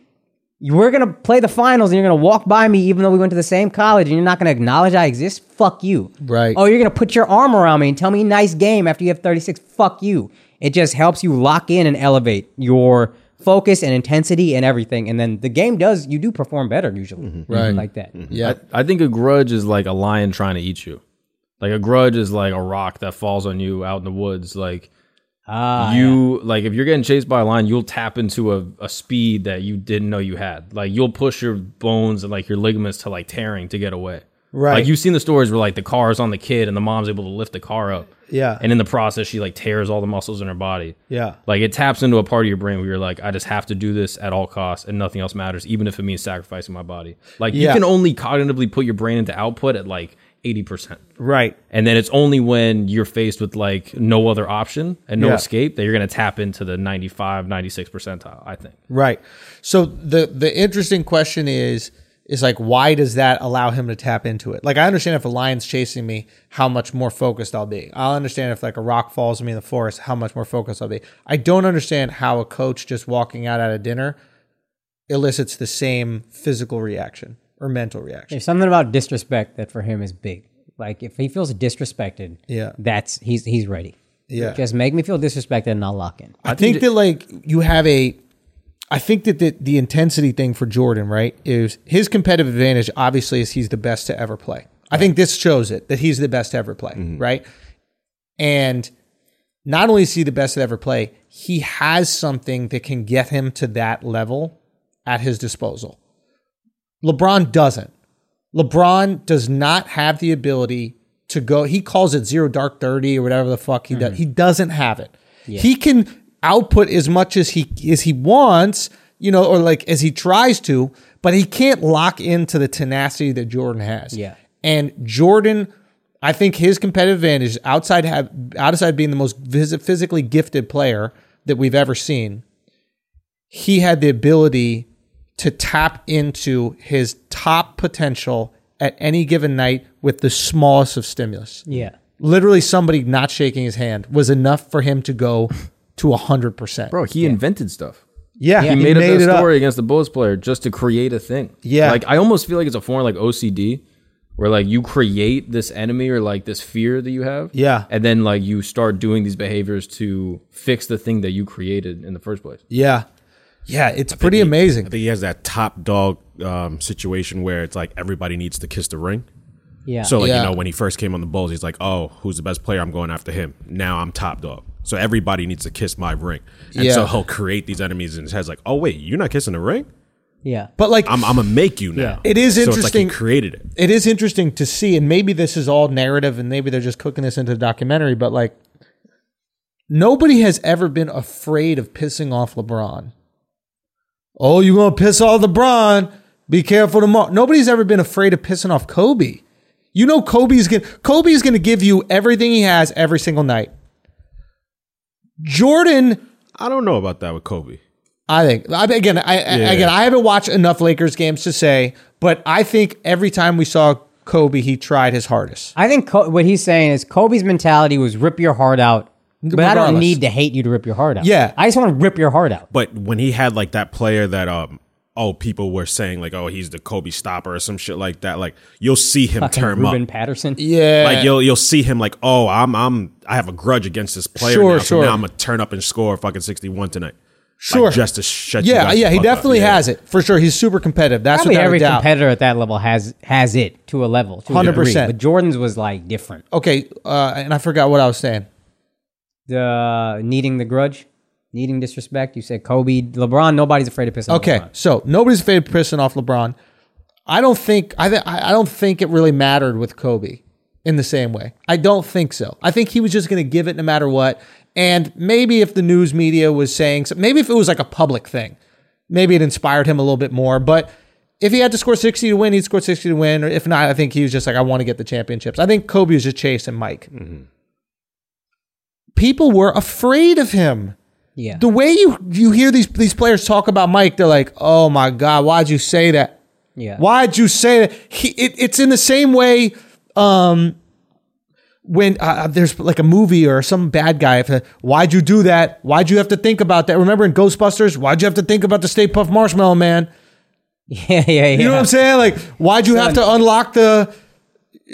You we're gonna play the finals and you're gonna walk by me even though we went to the same college and you're not gonna acknowledge I exist? Fuck you.
Right.
Oh, you're gonna put your arm around me and tell me nice game after you have 36. Fuck you. It just helps you lock in and elevate your focus and intensity and everything. And then the game does you do perform better usually.
Mm-hmm. Right.
Like that.
Yeah.
I think a grudge is like a lion trying to eat you. Like a grudge is like a rock that falls on you out in the woods. Like
Ah,
you, like if you're getting chased by a lion, you'll tap into a, a speed that you didn't know you had. Like you'll push your bones and like your ligaments to like tearing to get away.
Right.
Like you've seen the stories where like the car is on the kid and the mom's able to lift the car up.
Yeah.
And in the process, she like tears all the muscles in her body.
Yeah.
Like it taps into a part of your brain where you're like, I just have to do this at all costs and nothing else matters, even if it means sacrificing my body. Like
Yeah.
you can only cognitively put your brain into output at like 80%.
Right.
And then it's only when you're faced with like no other option and no
Yeah.
escape that you're going to tap into the 95, 96 percentile, I think.
Right. So the the interesting question is is like why does that allow him to tap into it? Like I understand if a lion's chasing me, how much more focused I'll be. I'll understand if like a rock falls on me in the forest, how much more focused I'll be. I don't understand how a coach just walking out at a dinner elicits the same physical reaction or mental reaction.
There's something about disrespect that for him is big. Like if he feels disrespected,
Yeah.
that's he's he's ready.
Yeah.
Just make me feel disrespected and I'll lock in.
I think that like you have a I think that the, the intensity thing for Jordan, right, is his competitive advantage obviously is he's the best to ever play. I think this shows it that he's the best to ever play, right? And not only is he the best to ever play, he has something that can get him to that level at his disposal. LeBron doesn't. LeBron does not have the ability to go. He calls it zero dark thirty or whatever the fuck he does. He doesn't have it. He can output as much as he as he wants, you know, or like as he tries to, but he can't lock into the tenacity that Jordan has.
Yeah.
And Jordan, I think his competitive advantage outside have outside being the most visi- physically gifted player that we've ever seen, he had the ability to tap into his top potential at any given night with the smallest of stimulus.
Yeah.
Literally, somebody not shaking his hand was enough for him to go to 100%.
Bro, he invented stuff.
yeah,
he made, up that story against the Bulls player just to create a thing.
Yeah.
Like I almost feel like it's a form like OCD where like you create this enemy or like this fear that you have.
Yeah.
And then like you start doing these behaviors to fix the thing that you created in the first place.
Yeah. Yeah, it's pretty amazing.
I think he has that top dog um, situation where it's like everybody needs to kiss the ring.
Yeah.
So like
Yeah.
you know when he first came on the Bulls, he's like, oh, who's the best player? I'm going after him. Now I'm top dog. So everybody needs to kiss my ring. And so
Yeah.
he'll create these enemies in his head. Like, oh wait, you're not kissing the ring?
yeah.
but like,
I'm I'm gonna make you now.
It is
So it's like he
interesting-
created it.
it is interesting to see, and maybe this is all narrative, and maybe they're just cooking this into the documentary, but like, nobody has ever been afraid of pissing off LeBron. Oh, you're going to piss off LeBron. Be careful tomorrow. Nobody's ever been afraid of pissing off Kobe. You know, Kobe's going Kobe's going to give you everything he has every single night. Jordan
I don't know about that with Kobe.
I think I, again, I, I- again, I haven't watched enough Lakers games to say, but I think every time we saw Kobe, he tried his hardest.
I think Co- what he's saying is Kobe's mentality was rip your heart out, but I don't
Regardless.
need to hate you to rip your heart out.
Yeah.
I just want to rip your heart out.
But when he had like that player that um oh people were saying like oh he's the Kobe stopper or some shit like that. Like you'll see him
Fucking
turn
Ruben
up.
Patterson.
Yeah,
Like you'll you'll see him like oh I'm I'm I have a grudge against this player
Sure,
now, so
sure.
now I'm gonna turn up and score fucking 61 tonight.
Sure.
like, just to shut you
yeah,
guys
yeah.
the
He
fuck up.
definitely
Yeah.
has it for sure. He's super competitive. That's
Probably
without
every
a doubt.
competitor at that level has has it to a level. to a
100%.
degree. But Jordan's was like different.
okay, uh, and I forgot what I was saying.
The needing the grudge, needing disrespect. You said Kobe, LeBron. Nobody's afraid to piss off.
Okay,
LeBron.
so nobody's afraid of pissing off LeBron. I don't think I th- I I don't think it really mattered with Kobe in the same way. I don't think so. I think he was just going to give it no matter what. And maybe if the news media was saying, so- maybe if it was like a public thing, maybe it inspired him a little bit more. But if he had to score sixty to win, he'd score sixty to win. Or if not, I think he was just like, I want to get the championships. I think Kobe was just chasing Mike. People were afraid of him
Yeah.
the way you you hear these these players talk about Mike, they're like, "Oh my God, why'd you say that?
yeah.
Why'd you say that?" He, it, it's in the same way. Um, when uh, there's like a movie or some bad guy, if, uh, why'd you do that? Why'd you have to think about that? Remember in Ghostbusters, why'd you have to think about the Stay Puff Marshmallow Man?
Yeah, yeah, yeah.
You know what I'm saying? Like, why'd you have to unlock the?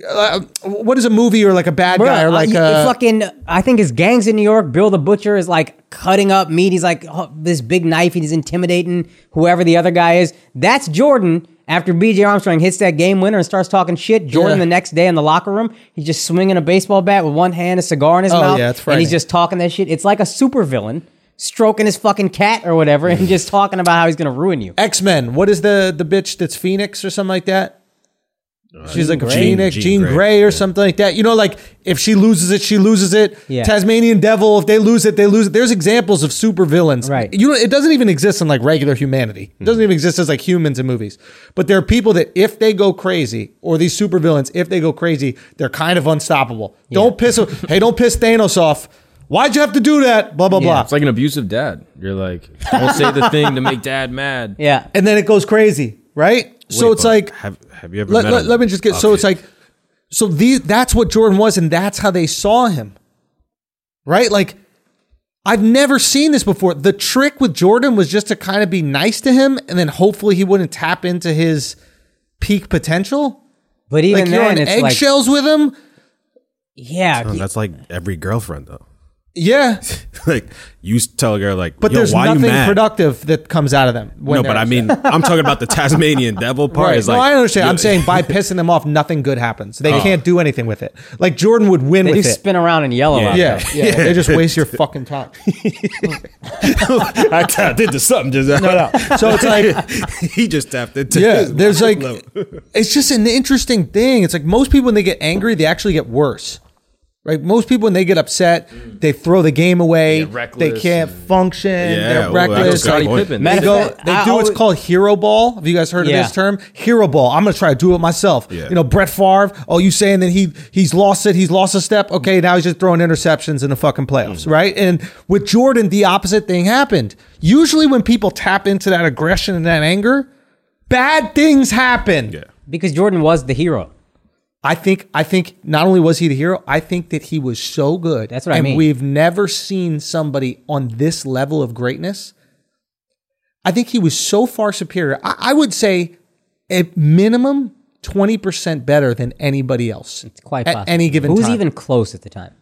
Uh, what is a movie or like a bad guy or
Bruh,
like uh,
I-
a?
it uh, fucking I think his gangs in New York. Bill the Butcher is like cutting up meat. He's like oh, this big knife. and He's intimidating whoever the other guy is. That's Jordan. After B.J. Armstrong hits that game winner and starts talking shit, Jordan
Yeah.
the next day in the locker room, he's just swinging a baseball bat with one hand, a cigar in his
Oh,
mouth,
yeah, it's
and he's
frightening.
just talking that shit. It's like a supervillain stroking his fucking cat or whatever, and just talking about how he's gonna ruin you.
X Men. What is the the bitch that's Phoenix or something like that? She's like a
Uh, Jean-
Phoenix,
Jean
Jean, Grey,
Grey,
or something like that. You know, like if she loses it, she loses it.
Yeah.
Tasmanian Devil, if they lose it, they lose it. There's examples of super villains.
Right.
You know, it doesn't even exist in like regular humanity. It
Hmm.
doesn't even exist as like humans in movies. But there are people that if they go crazy, or these super villains, if they go crazy, they're kind of unstoppable. Don't piss hey, don't piss Thanos off. Why'd you have to do that? Blah blah blah.
It's like an abusive dad. You're like, don't say the thing to make dad mad.
Yeah,
and then it goes crazy, right? so
Wait,
it's
but
like
have, have you ever?
let,
met
let,
him? Oh,
let me just get so
Okay.
it's like so the that's what Jordan was and that's how they saw him. Right? Like I've never seen this before. The trick with Jordan was just to kind of be nice to him and then hopefully he wouldn't tap into his peak potential.
but
Like
even
you're
then,
on
it's like
eggshells with him.
yeah,
Oh, that's like every girlfriend though.
Yeah.
like you s- tell a girl like,
But
Yo,
there's
why you
nothing
mad?
productive that comes out of them. when
no,
they're
but I
upset.
mean, I'm talking about the Tasmanian devil part.
Right.
Is like, Oh.
no, I understand. I'm
you-
saying by pissing them off, nothing good happens. They can't do anything with it. Like Jordan would win
they
with
do
it.
spin around and yell a lot.
Yeah, yeah, They just waste your fucking time.
I tapped into something just
No, no. So it's like,
he just tapped into.
yeah,
his
there's like,
level.
it's just an interesting thing. It's like most people when they get angry, they actually get worse. Right? Most people when they get upset,
Mm.
they throw the game away. they
reckless
can't function.
Yeah,
they're
ooh, that's a
reckless.
good
Like,
Scottie
point.
Pippen.
They
Matter
go.
of
They
fact,
do
I
what's
always-
called hero ball. Have you guys heard
Yeah.
of this term? Hero ball. I'm gonna try to do it myself.
Yeah.
You know, Brett Favre. Oh, you saying that he he's lost it? He's lost a step. Okay, now he's just throwing interceptions in the fucking playoffs, right? And with Jordan, the opposite thing happened. Usually, when people tap into that aggression and that anger, bad things happen.
Yeah.
because Jordan was the hero.
I think I think not only was he the hero, I think that he was so good.
That's what I
and
mean.
We've never seen somebody on this level of greatness. I think he was so far superior. I, I would say at minimum 20% better than anybody else.
It's quite
at
possible.
any given
Who's
time.
even close at the time?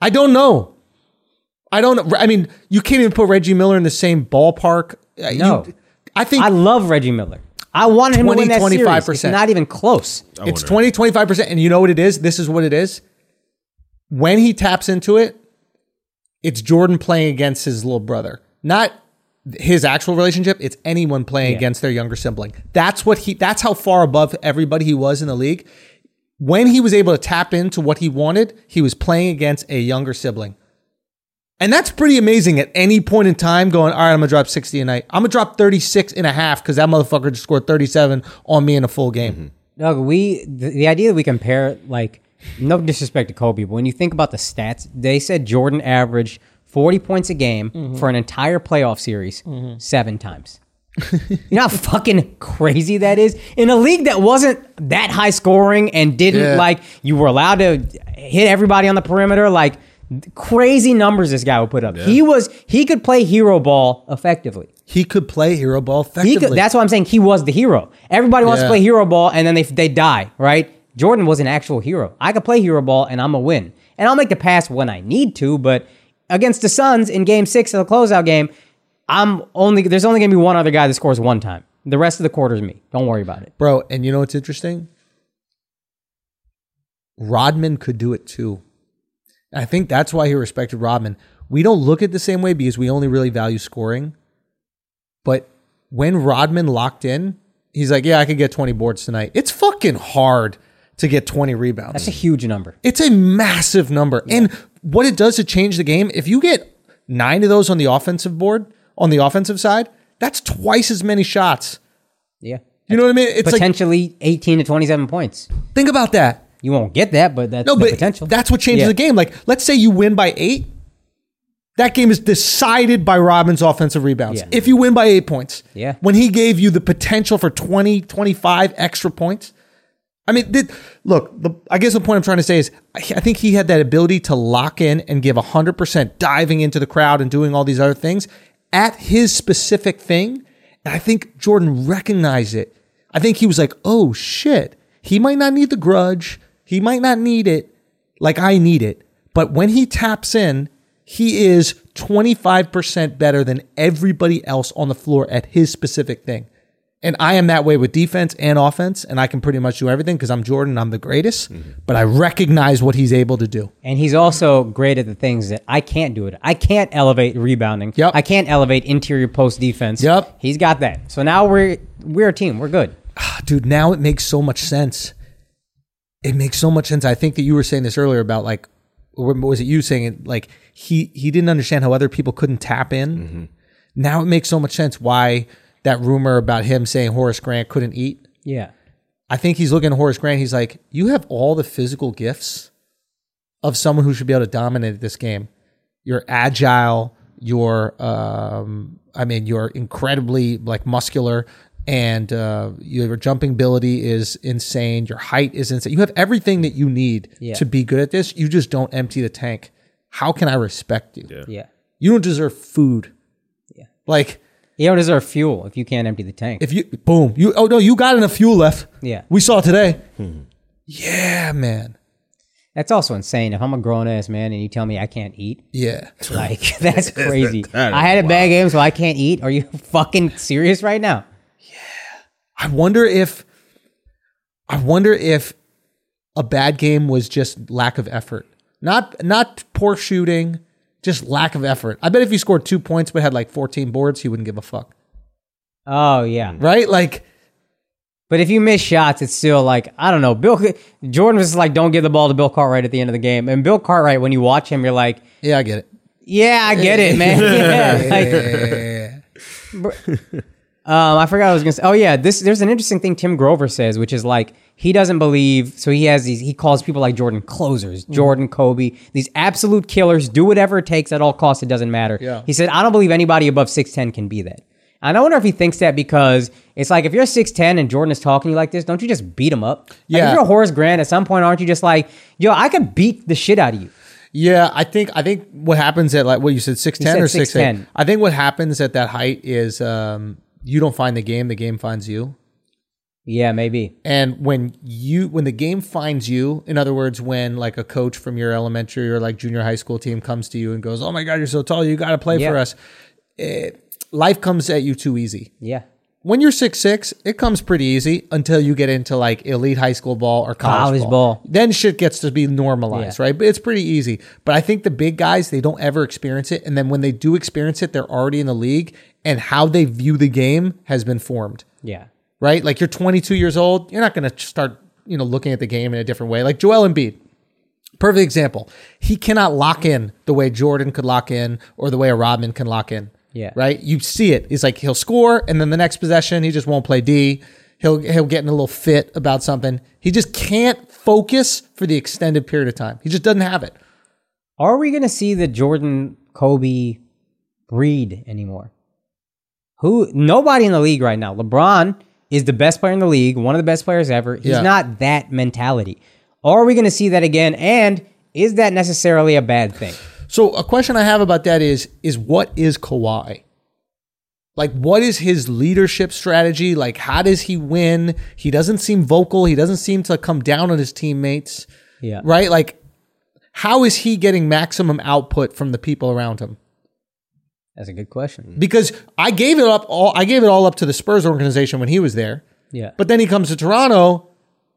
I don't know. I don't I mean, you can't even put Reggie Miller in the same ballpark. Uh, you-
No.
I think
I love Reggie Miller. I wanted him to
20,
win that 25 series. It's
25%.
not even close.
it's
wonder.
20 25% and you know what it is this is what it is when he taps into it it's jordan playing against his little brother not his actual relationship it's anyone playing against their younger sibling that's what he that's how far above everybody he was in the league when he was able to tap into what he wanted he was playing against a younger sibling and that's pretty amazing at any point in time going, all right, I'm going to drop 60 a night. I'm going to drop 36 and a half because that motherfucker just scored 37 on me in a full game.
Doug, we the, the idea that we compare like no disrespect to Kobe, but when you think about the stats, they said Jordan averaged 40 points a game for an entire playoff series seven times. you know how fucking crazy that is in a league that wasn't that high scoring and didn't
Yeah.
like you were allowed to hit everybody on the perimeter like crazy numbers this guy would put up. He was he could play hero ball effectively.
he could play hero ball
He
effectively.
could, that's why I'm saying he was the hero. Everybody wants
Yeah.
to play hero ball and then they, they die, right? Jordan was an actual hero. I could play hero ball and I'm a win. And I'll make the pass when I need to, but against the Suns in game six of the closeout game, I'm only there's only gonna be one other guy that scores one time. The rest of the quarter is me. Don't worry about it.
bro. And you know what's interesting? Rodman could do it too. I think that's why he respected Rodman. We don't look at it the same way because we only really value scoring. But when Rodman locked in, he's like, "Yeah, I could get 20 boards tonight." It's fucking hard to get 20 rebounds.
That's a huge number.
It's a massive number. And what it does to change the game, if you get nine of those on the offensive board, on the offensive side, that's twice as many shots.
Yeah.
You know what I mean? It's like
Potentially 18 to 27 points.
think about that.
You won't get that, but that's
No,
the
but
potential.
that's what changes
Yeah.
the game. Like, let's say you win by eight. That game is decided by Robin's offensive rebounds.
Yeah.
If you win by eight points,
Yeah.
when he gave you the potential for 20, 25 extra points, I mean, did, look, the, I guess the point I'm trying to say is I, I think he had that ability to lock in and give 100% diving into the crowd and doing all these other things at his specific thing. And I think Jordan recognized it. I think he was like, oh shit, he might not need the grudge. He might not need it like I need it. But when he taps in, he is 25% better than everybody else on the floor at his specific thing. And I am that way with defense and offense, and I can pretty much do everything because I'm Jordan, I'm the greatest, but I recognize what he's able to do.
And he's also great at the things that I can't do it. I can't elevate rebounding.
Yep.
I can't elevate interior post defense.
Yep.
He's got that. So now we're we're a team. We're good.
Ah, dude, now it makes so much sense. It makes so much sense. I think that you were saying this earlier about like, or was it you saying it? Like he he didn't understand how other people couldn't tap in. Now it makes so much sense why that rumor about him saying Horace Grant couldn't eat.
Yeah.
I think he's looking at Horace Grant. He's like, you have all the physical gifts of someone who should be able to dominate this game. You're agile. You're, um, I mean, you're incredibly like muscular, and uh, your jumping ability is insane. Your height is insane. You have everything that you need
Yeah.
to be good at this. You just don't empty the tank. How can I respect you?
Yeah.
You don't deserve food.
Yeah.
Like
You don't deserve fuel if you can't empty the tank.
if you boom, you oh no, you got enough fuel left.
Yeah.
We saw it today. Yeah, man.
That's also insane. If I'm a grown ass man and you tell me I can't eat,
Yeah.
like that's crazy. I had a bad game, so I can't eat. Are you fucking serious right now?
I wonder if I wonder if a bad game was just lack of effort. Not not poor shooting, just lack of effort. I bet if he scored 2 points but had like 14 boards, he wouldn't give a fuck.
Oh yeah.
Right? Like
But if you miss shots, it's still like I don't know. Bill Jordan was just like, "Don't give the ball to Bill Cartwright at the end of the game." And Bill Cartwright, when you watch him, you're like,
yeah, I get it.
"Yeah, I get it, man." Yeah, like- um, I forgot what I was gonna say. Oh yeah, this there's an interesting thing Tim Grover says, which is like he doesn't believe. So he has these. He calls people like Jordan closers,
Mm.
Jordan Kobe, these absolute killers. Do whatever it takes at all costs. It doesn't matter.
Yeah.
He said, I don't believe anybody above six ten can be that. And I wonder if he thinks that because it's like if you're six ten and Jordan is talking to you like this, don't you just beat him up? Like,
Yeah.
if you're Horace Grant, at some point, aren't you just like, yo, I could beat the shit out of you?
Yeah, I think I think what happens at like what you said six ten
said
or six eight.
6'10".
I think what happens at that height is um, you don't find the game; the game finds you.
Yeah, maybe.
And when you when the game finds you, in other words, when like a coach from your elementary or like junior high school team comes to you and goes, "Oh my god, you're so tall, you got to play
Yeah.
for us," it, life comes at you too easy.
Yeah.
When you're six six, it comes pretty easy until you get into like elite high school ball or college,
College ball.
Then shit gets to be normalized,
Yeah.
right? But it's pretty easy. But I think the big guys they don't ever experience it, and then when they do experience it, they're already in the league, and how they view the game has been formed
Yeah.
right? Like you're 22 years old, you're not going to start, you know, looking at the game in a different way. Like Joel Embiid, perfect example. He cannot lock in the way Jordan could lock in or the way a Rodman can lock in.
Yeah.
Right? You see it. He's like he'll score and then the next possession he just won't play D. He'll he'll get in a little fit about something. He just can't focus for the extended period of time. He just doesn't have it.
Are we going to see the Jordan Kobe breed anymore? Who nobody in the league right now. LeBron is the best player in the league, one of the best players ever. He's
Yeah.
not that mentality. Are we going to see that again? And is that necessarily a bad thing?
So a question I have about that is is what is Kawhi? Like what is his leadership strategy? Like how does he win? He doesn't seem vocal. He doesn't seem to come down on his teammates,
Yeah.
right? Like how is he getting maximum output from the people around him?
That's a good question.
Because I gave it up all I gave it all up to the Spurs organization when he was there.
Yeah.
But then he comes to Toronto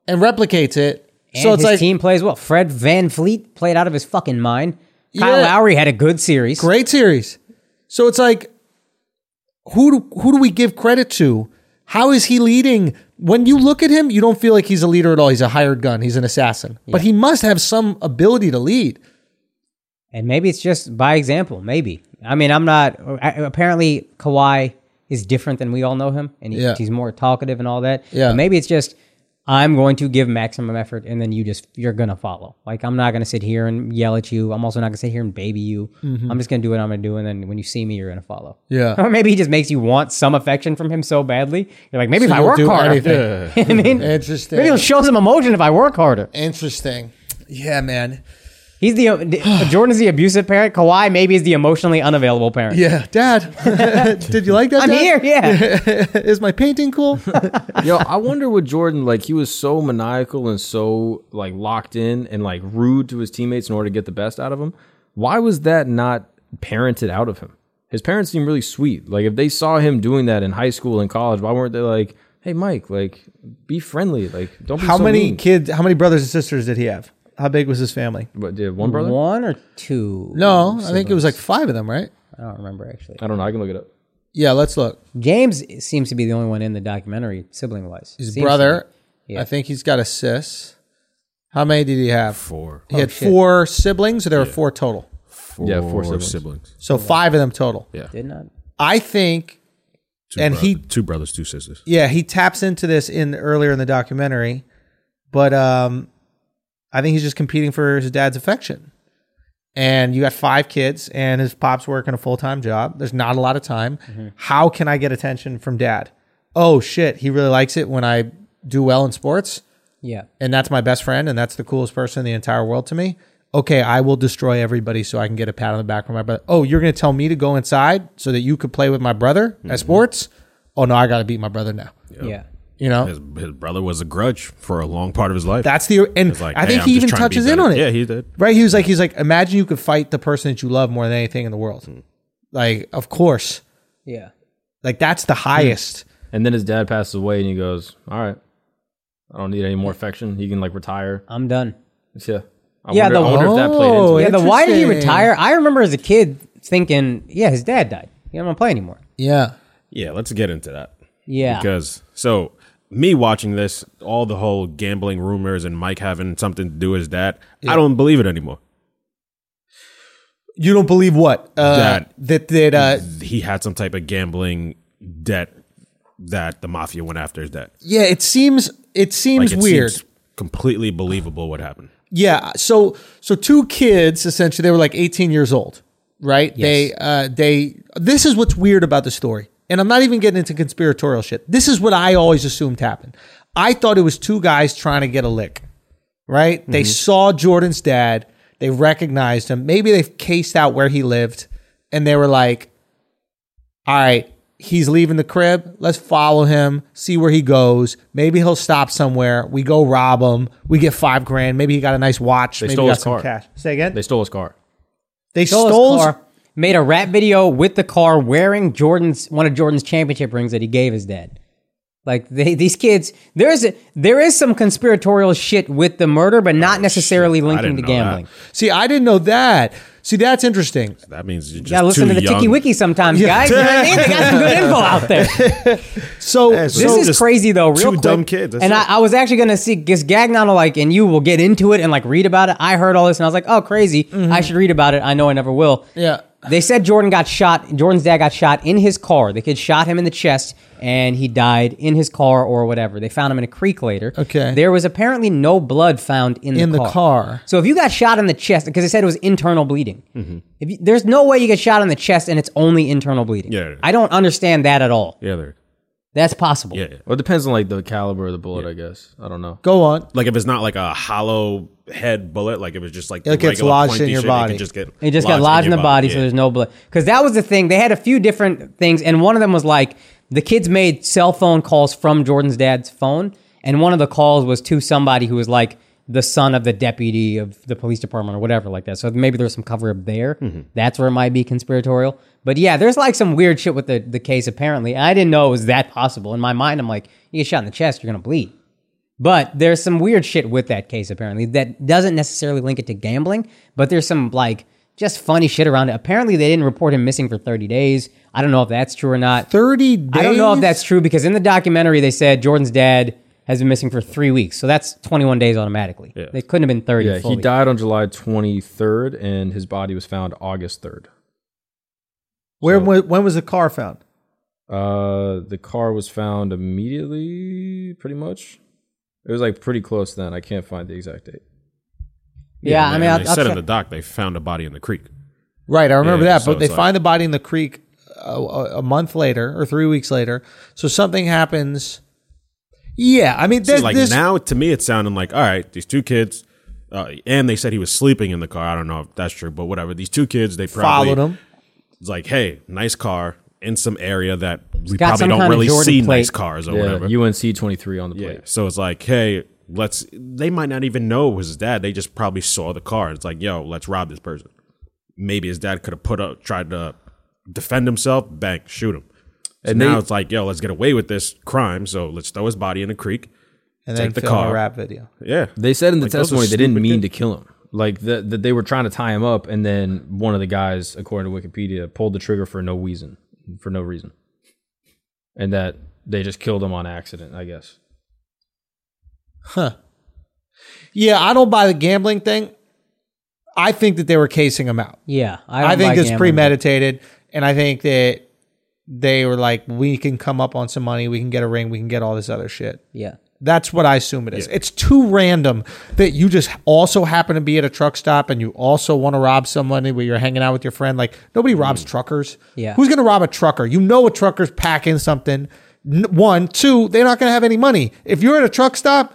and replicates it.
and
so it's
his
like
team plays well. Fred Van Fleet played out of his fucking mind. Kyle
Yeah.
Lowry had a good series.
Great series. So it's like, who do, who do we give credit to? How is he leading? When you look at him, you don't feel like he's a leader at all. He's a hired gun. He's an assassin. But he must have some ability to lead.
And maybe it's just by example. Maybe. I mean, I'm not. I, apparently, Kawhi is different than we all know him, and he,
Yeah.
he's more talkative and all that.
Yeah.
But maybe it's just I'm going to give maximum effort, and then you just you're gonna follow. Like I'm not gonna sit here and yell at you. I'm also not gonna sit here and baby you. I'm just gonna do what I'm gonna do, and then when you see me, you're gonna follow.
Mm-hmm. Yeah.
Or maybe he just makes you want some affection from him so badly. You're like, maybe if I
you'll
work
do
harder.
anything.
You know what I mean,
Interesting.
Maybe he'll show some emotion if I work harder.
Interesting. Yeah, man.
He's the Jordan's the abusive parent. Kawhi maybe is the emotionally unavailable parent.
Yeah, Dad. Did you like that?
I'm
Dad?
here. Yeah.
Is my painting cool?
Yo, I wonder with Jordan, like he was so maniacal and so like locked in and like rude to his teammates in order to get the best out of him. Why was that not parented out of him? His parents seem really sweet. Like if they saw him doing that in high school and college, why weren't they like, "Hey, Mike, like be friendly, like don't be
how
so
many
mean."
kids? How many brothers and sisters did he have? How big was his family?
What, did one brother?
One or two?
No, I think it was like five of them, right?
I don't remember actually.
I don't know. I can look it up.
Yeah, let's look.
James seems to be the only one in the documentary, sibling wise.
His brother. I think he's got a sis. How many did he have?
Four.
He had four siblings. So there were four total.
Four
Yeah, four
siblings.
siblings.
So five of them total.
Yeah.
did not.
I think
Two
And
bro-
he-
two brothers, two sisters.
yeah, he taps into this in earlier in the documentary, but um, I think he's just competing for his dad's affection. And you got five kids, and his pops working a full time job. There's not a lot of time. How can I get attention from dad? Oh shit, he really likes it when I do well in sports,
Yeah.
and that's my best friend, and that's the coolest person in the entire world to me. Okay, I will destroy everybody so I can get a pat on the back from my brother. Oh, you're gonna tell me to go inside so that you could play with my brother
Mm-hmm.
at sports? Oh no, I gotta beat my brother now.
Yeah.
You know,
His, his brother was a grudge for a long part of his life.
that's the and
It's like,
I think
hey, I'm
he
just
even
trying to be
touches in
better.
on it.
Yeah, he did.
Right? He was like, he's like, imagine you could fight the person that you love more than anything in the world.
Mm-hmm.
Like, of course,
Yeah.
like that's
Mm-hmm.
the highest.
And then his dad passes away, and he goes, "All right, I don't need any more affection. He can like retire."
I'm done.
Yeah. I
Yeah,
Wonder,
the-
I wonder if that played into
Oh,
it.
Yeah, the why did he
Interesting.
retire? I remember as a kid thinking, yeah, his dad died. He don't want to play anymore.
Yeah,
Yeah, let's get into that.
Yeah.
Because so me watching this, all the whole gambling rumors and Mike having something to do with his dad, I don't believe it anymore.
you don't believe what uh,
That-
that that uh,
He had some type of gambling debt that the mafia went after his dad.
yeah. It seems it seems weird.
seems completely believable what happened.
Yeah. So so two kids essentially they were like 18 years old, right? They uh they this is what's weird about the story. And I'm not even getting into conspiratorial shit. This is what I always assumed happened. I thought it was two guys trying to get a lick. Right?
Mm-hmm.
They saw Jordan's dad, they recognized him. Maybe they've cased out where he lived and they were like all right, he's leaving the crib. Let's follow him, see where he goes. Maybe he'll stop somewhere. We go rob him. We get five grand. Maybe he got a nice watch. Maybe
stole
he got
his
some
car.
cash. Say again.
They stole his car.
They
Stole
stole,
his car, made a rap video with the car wearing Jordan's one of Jordan's championship rings that he gave his dad. Like they, these kids, there is a, there is some conspiratorial shit with the murder, but not necessarily linking
didn't
to
know that.
gambling.
See, I didn't know that. See, that's interesting.
That means you're just
Gotta listen
too
to the
young.
Tiki Wiki sometimes, guys. You know what I mean? They got some good info out there.
So,
That's-
so
this is
just
crazy though. Real
two
quick.
dumb kids, that's
And
it.
I, I was actually gonna see because Gagnano like, and you will get into it and like read about it. I heard all this and I was like, oh, crazy.
Mm-hmm.
I should read about it. I know I never will.
Yeah.
They said Jordan got shot. Jordan's dad got shot in his car. The kid shot him in the chest, and he died in his car or whatever. They found him in a creek later.
Okay.
There was apparently no blood found in
In the car.
So if you got shot in the chest, because they said it was internal bleeding.
Mm-hmm.
If you, there's no way you get shot in the chest and it's only internal bleeding.
Yeah.
I don't understand that at all.
Yeah, there.
That's possible.
Yeah.
Well, it depends on like the caliber of the bullet, I guess. I don't know.
go on.
Like if it's not like a hollow head bullet, like if it's just like the
It gets
regular
lodged in
pointy
your
shit,
body.
It, can just get
It just got lodged in the body, so there's no blood. Because that was the thing. They had a few different things, and one of them was like the kids made cell phone calls from Jordan's dad's phone, and one of the calls was to somebody who was like the son of the deputy of the police department or whatever like that. So maybe there's some cover up there. That's where it might be conspiratorial. But yeah, there's like some weird shit with the, the case apparently. I didn't know it was that possible. In my mind, I'm like, you get shot in the chest, you're gonna bleed. But there's some weird shit with that case apparently that doesn't necessarily link it to gambling, but there's some like just funny shit around it. Apparently they didn't report him missing for 30 days. I don't know if that's true or not.
30 days.
I don't know if that's true because in the documentary they said Jordan's dad has been missing for 3 weeks. So that's 21 days automatically. They couldn't have been 30
Yeah,
fully.
he died on July 23rd, and his body was found August 3rd.
Where when, when was the car found?
Uh, the car was found immediately, pretty much. It was like pretty close then. I can't find the exact date.
Yeah, I mean I'll,
they
I'll
said in
check.
the dock they found a body in the creek.
Right, I remember
Yeah,
that.
so
but they
it's like-
find the body in the creek a, a a month later or three weeks later. So something happens. Yeah, I mean,
See,
this,
like
this
now to me it's sounding like all right these two kids Uh, and they said he was sleeping in the car. I don't know if that's true, but whatever. These two kids, they probably
Followed him.
It's like, hey, nice car in some area that we
got
probably
some
don't
kind of
really
Jordan
see
plate.
nice cars or
Yeah,
whatever.
UNC 23 on the plate.
So it's like, hey, let's. They might not even know it was his dad. They just probably saw the car. It's like, yo, let's rob this person. Maybe his dad could have put up, tried to defend himself, bang, shoot him. So
And
now
they-
it's like, yo, let's get away with this crime. So let's throw his body in the creek.
and then
Take the
film a
car.
rap video.
Yeah,
They said in the
Like, those are
testimony they didn't
stupid
mean
kids.
to kill him. Like that that they were trying to tie him up, and then one of the guys, according to Wikipedia, pulled the trigger for no reason, for no reason, and that they just killed him on accident. I guess.
Huh. Yeah, I don't buy the gambling thing. I think that they were casing him out.
Yeah, I,
I,
don't
think
like
it's
gambling.
premeditated, and I think that they were like, we can come up on some money, we can get a ring, we can get all this other shit.
Yeah,
That's what I assume it is. It's too random that you just also happen to be at a truck stop and you also want to rob somebody where you're hanging out with your friend. Like nobody robs truckers.
Mm. Yeah.
Who's going to rob a trucker? You know, a trucker's packing something. N- One, two, they're not going to have any money. If you're at a truck stop,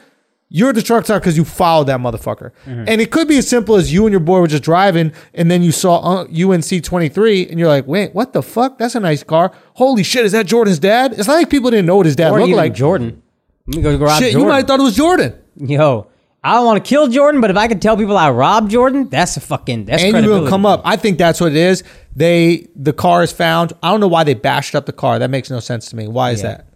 you're at the truck stop because you followed that motherfucker.
Mm-hmm.
And it could be as simple as you and your boy were just driving and then you saw uh, UNC 23 and you're like, wait, what the fuck? That's a nice car. Holy shit, is that Jordan's dad? It's not like people didn't know what his dad
or
looked
even
like.
Jordan. Let me go rob
Shit, you
Jordan.
might have thought it was Jordan.
Yo, I don't want to kill Jordan, but if I could tell people I robbed Jordan, that's a fucking that's
and you're gonna
credibility.
come up. I think that's what it is. They the car is found. I don't know why they bashed up the car. That makes no sense to me. Why is that?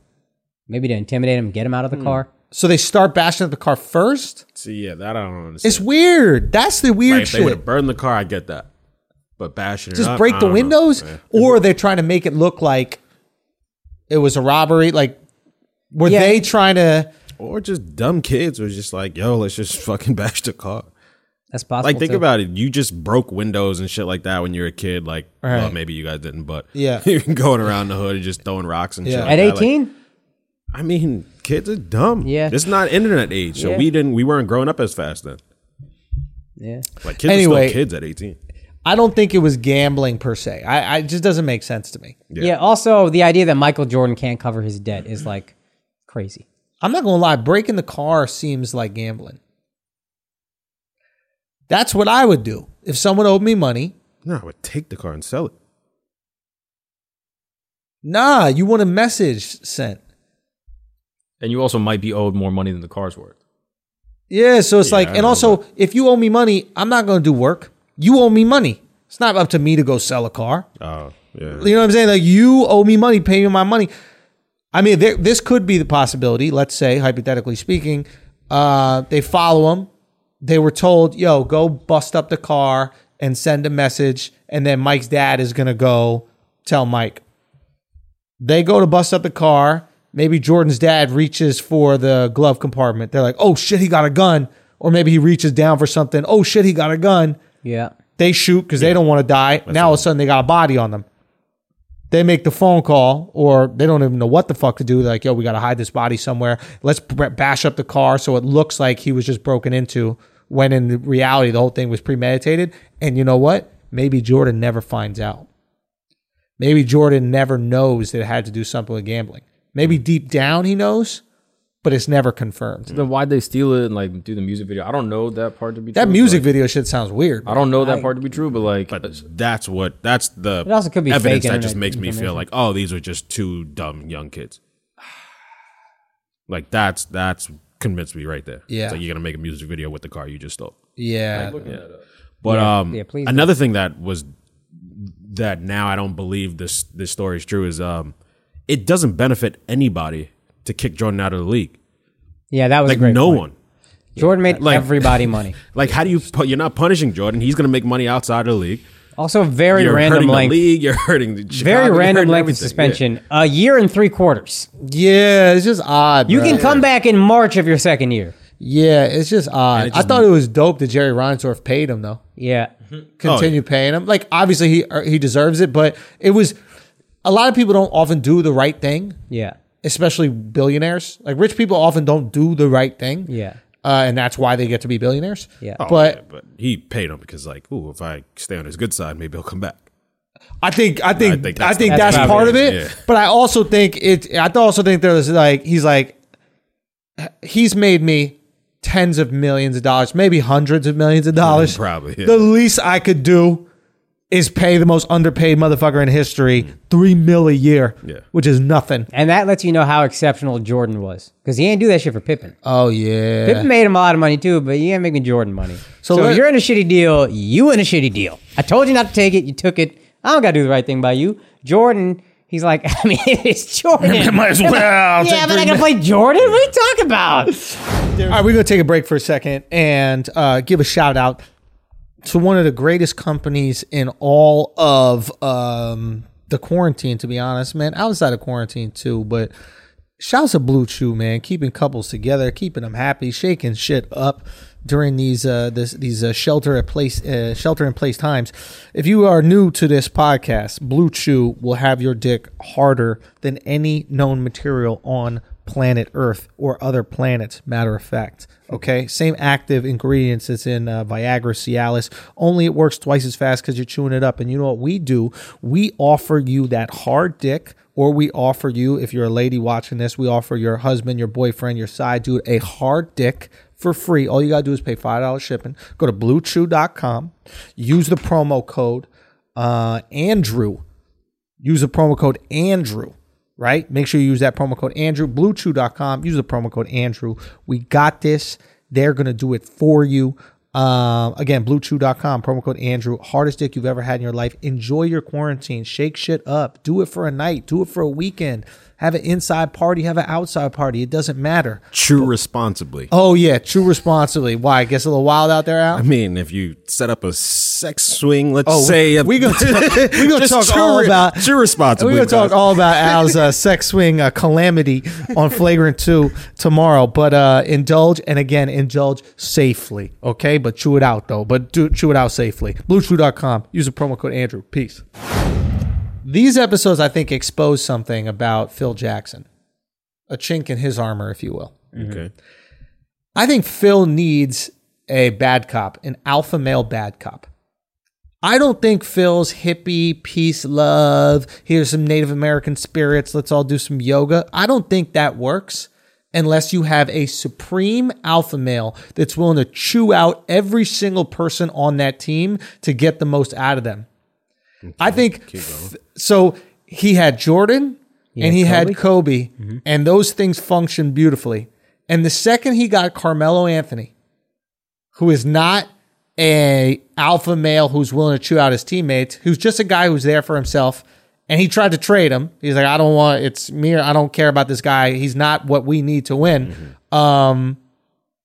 Maybe to intimidate him, get him out of the car.
So they start bashing up the car first.
see, yeah, that I don't understand.
It's weird. That's the weird
Like, if they would
shit.
have burned the car, I get that. But bashing it
Just
up, I
break the
don't know.
windows,
Yeah.
or they're trying to make it look like it was a robbery. Like were
Yeah.
they trying to?
or just dumb kids was just like, yo, let's just fucking bash the car.
That's possible.
Like think
too.
about it. You just broke windows and shit like that when you were a kid. Like well,
Right.
maybe you guys didn't, but
Yeah.
you're going around the hood and just throwing rocks and
Yeah.
shit. Like
at
that. Like,
eighteen.
I mean, kids are dumb.
Yeah.
this is not internet age, so
Yeah.
we didn't we weren't growing up as fast then.
yeah,
Like kids are
Anyway.
still kids at eighteen.
I don't think it was gambling per se. I, I it just doesn't make sense to me.
yeah, Also, the idea that Michael Jordan can't cover his debt is like crazy.
I'm not gonna lie, breaking the car seems like gambling. That's what I would do. If someone owed me money,
No, I would take the car and sell it.
nah, you want a message sent.
And you also might be owed more money than the car's worth.
Yeah, so it's
Yeah,
like,
I
and
know
also, if you owe me money, I'm not gonna do work. You owe me money. It's not up to me to go sell a car.
Oh, yeah.
You know what I'm saying? Like, you owe me money, pay me my money. I mean, there, this could be the possibility. Let's say, hypothetically speaking, uh, they follow him. They were told, yo, go bust up the car and send a message. And then Mike's dad is going to go tell Mike. They go to bust up the car. Maybe Jordan's dad reaches for the glove compartment. They're like, oh shit, he got a gun. Or maybe he reaches down for something. Oh shit, he got a gun.
Yeah,
They shoot because they don't want to die. now all of a sudden they got a body on them. They make the phone call, or they don't even know what the fuck to do. They're like, yo, we got to hide this body somewhere. Let's b- bash up the car so it looks like he was just broken into, when in reality, the whole thing was premeditated. And you know what? Maybe Jordan never finds out. Maybe Jordan never knows that it had to do something with gambling. Maybe
Hmm.
deep down he knows, but it's never confirmed.
Then why'd they steal it and like do the music video? I don't know that part to be
That
true,
music
but-
video shit sounds weird.
I don't know that part to be true, but like
But that's what that's the
It also could be fake
evidence that
internet
just makes me feel
information.
like, oh, these are just two dumb young kids. Like that's that's convinced me right there.
Yeah.
It's like you're gonna make a music video with the car you just stole.
Yeah.
But um,
yeah, please
another thing that was that now I don't believe this this story is true is um, it doesn't benefit anybody to kick Jordan out of the league.
yeah, that was a
Like
great.
no
point.
one.
Jordan made
Like-
everybody money.
Like how do you? Pu- you're not punishing Jordan. He's gonna make money outside of the league.
Also, very
You're
random
hurting
length.
the league. You're hurting the Chicago,
Very
you're
random
hurting
length of
everything. Yeah.
suspension. A year and three quarters.
Yeah, it's just odd.
You
bro.
can come back in March of your second year.
Yeah, it's just odd.
it
I
just- Oh,
thought it was dope that Jerry Reinsdorf paid him though.
Yeah.
Mm-hmm. Continue paying him. Like obviously he er, he deserves it, but it was a lot of people don't often do the right thing,
Yeah.
especially billionaires. Like rich people often don't do the right thing.
Yeah.
Uh, and that's why they get to be billionaires.
Yeah.
Oh,
but
yeah, but he paid him because like, ooh, if I stay on his good side, maybe he'll come back.
I think I think I think
think
that's,
that's the-
That's
part of
probably
it.
it, yeah.
But I also think it. I also think there's like he's like he's made me. tens of millions of dollars, maybe hundreds of millions of dollars.
Mm, probably, yeah.
The least I could do is pay the most underpaid motherfucker in history three mil a year,
Mm. Yeah.
which is nothing.
And that lets you know how exceptional Jordan was. Because he ain't do that shit for Pippen.
Oh yeah.
Pippen made him a lot of money too, but he ain't making Jordan money. So,
let-
if you're in a shitty deal, you in a shitty deal. I told you not to take it, you took it. I don't gotta do the right thing by you. Jordan, he's like, I mean, it's Jordan.
Might as well.
yeah, but I gotta play Jordan? What are you talking about?
All right, we're going to take a break for a second and uh, give a shout out to one of the greatest companies in all of um, the quarantine, to be honest, man. Outside of quarantine, too, but shouts to Blue Chew, man. Keeping couples together, keeping them happy, shaking shit up during these uh, this, these uh, shelter at place uh, shelter in place times. If you are new to this podcast, Blue Chew will have your dick harder than any known material on planet Earth or other planets. Matter of fact, okay, same active ingredients that's in uh, Viagra, Cialis. Only it works twice as fast because you're chewing it up. And you know what we do? We offer you that hard dick or we offer you, if you're a lady watching this, we offer your husband, your boyfriend, your side dude a hard dick for free. All you gotta do is pay five dollars shipping. Go to bluechew.com, use the promo code uh, Andrew. Use the promo code Andrew. Right? Make sure you use that promo code Andrew. Bluechew.com. Use the promo code Andrew. We got this. They're gonna do it for you. Um, again, bluechew.com, promo code Andrew. Hardest dick you've ever had in your life. Enjoy your quarantine. Shake shit up. Do it for a night. Do it for a weekend. Have an inside party. Have an outside party. It doesn't matter.
Chew responsibly.
Oh yeah, true responsibly. Why? Gets a little wild out there,
I
Al.
mean, if you set up a sex swing, let's
Oh,
say a-
we gonna talk, we gonna
Just
talk
chew
all
re-
about
chew responsibly,
We gonna talk
guys.
all about Al's uh, sex swing uh, calamity on Flagrant Two tomorrow. But uh, indulge and again indulge safely, okay? But chew it out though. But do, chew it out safely. BlueChew.com. Use the promo code Andrew. Peace. These episodes, I think, expose something about Phil Jackson, a chink in his armor, if you will.
Mm-hmm.
okay.
I think Phil needs a bad cop, an alpha male bad cop. I don't think Phil's hippie, peace, love, here's some Native American spirits, let's all do some yoga. I don't think that works unless you have a supreme alpha male that's willing to chew out every single person on that team to get the most out of them. I think f- so. He had Jordan and he had Kobe, Mm-hmm. and those things functioned beautifully. And the second he got Carmelo Anthony, who is not a alpha male who's willing to chew out his teammates, who's just a guy who's there for himself. And he tried to trade him. He's like, I don't want. It's me. I don't care about this guy. He's not what we need to win. Um,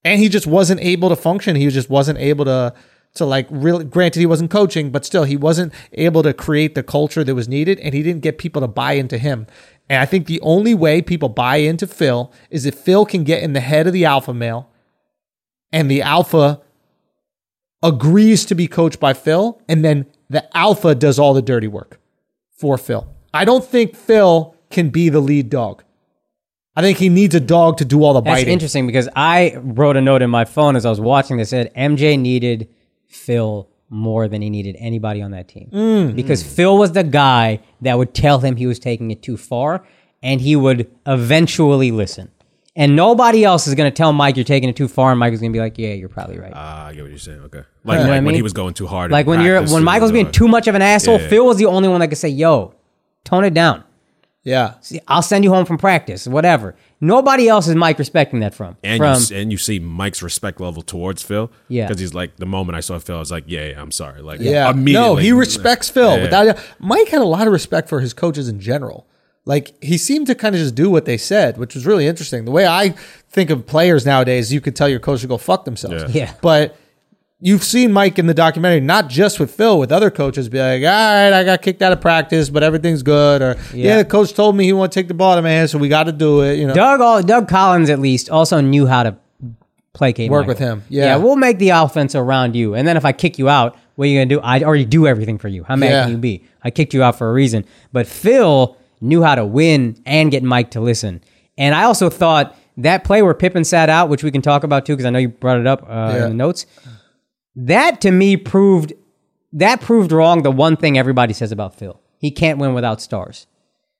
and he just wasn't able to function. He just wasn't able to to like really. Granted, he wasn't coaching, but still, he wasn't able to create the culture that was needed, and he didn't get people to buy into him. And I think the only way people buy into Phil is if Phil can get in the head of the alpha male, and the alpha agrees to be coached by Phil, and then the alpha does all the dirty work for Phil. I don't think Phil can be the lead dog. I think he needs a dog to do all the
That's
biting.
interesting because I wrote a note in my phone as I was watching this said MJ needed Phil more than he needed anybody on that team. Because Phil was the guy that would tell him he was taking it too far and he would eventually listen. And nobody else is going to tell Mike you're taking it too far and Mike is going to be like, "Yeah, you're probably right."
Ah, I get what you're saying. Okay. Like,
what I
like when
mean?
he was going too hard. in
like when you're
practice, uh,
when
he
Michael's
was
being
like-
too much of an asshole,
Yeah.
Phil was the only one that could say, "Yo, tone it down.
yeah.
I'll send you home from practice, whatever." Nobody else is Mike respecting that from.
And you,
from
s- and you see Mike's respect level towards Phil.
Yeah.
Because he's like, the moment I saw Phil, I was like, yeah, yeah I'm sorry. Like,
Yeah.
immediately.
No, he respects Phil.
Yeah.
Without Mike had a lot of respect for his coaches in general. Like he seemed to kind of just do what they said, which was really interesting. The way I think of players nowadays, you could tell your coach to go fuck themselves.
Yeah.
Yeah.
But you've seen Mike in the documentary, not just with Phil, with other coaches, be like, all right, I got kicked out of practice, but everything's good. Or yeah, the coach told me he want to take the ball out of my hand, so we got to do it. You know,
Doug, all, Doug Collins at least also knew how to placate.
Work
Michael.
with him, yeah.
we'll make the offense around you, and then if I kick you out, what are you gonna do? I already do everything for you. How mad
Yeah.
can you be? I kicked you out for a reason. But Phil knew how to win and get Mike to listen. And I also thought that play where Pippen sat out, which we can talk about too, because I know you brought it up uh,
Yeah.
in the notes. That to me proved that proved wrong the one thing everybody says about Phil. He can't win without stars.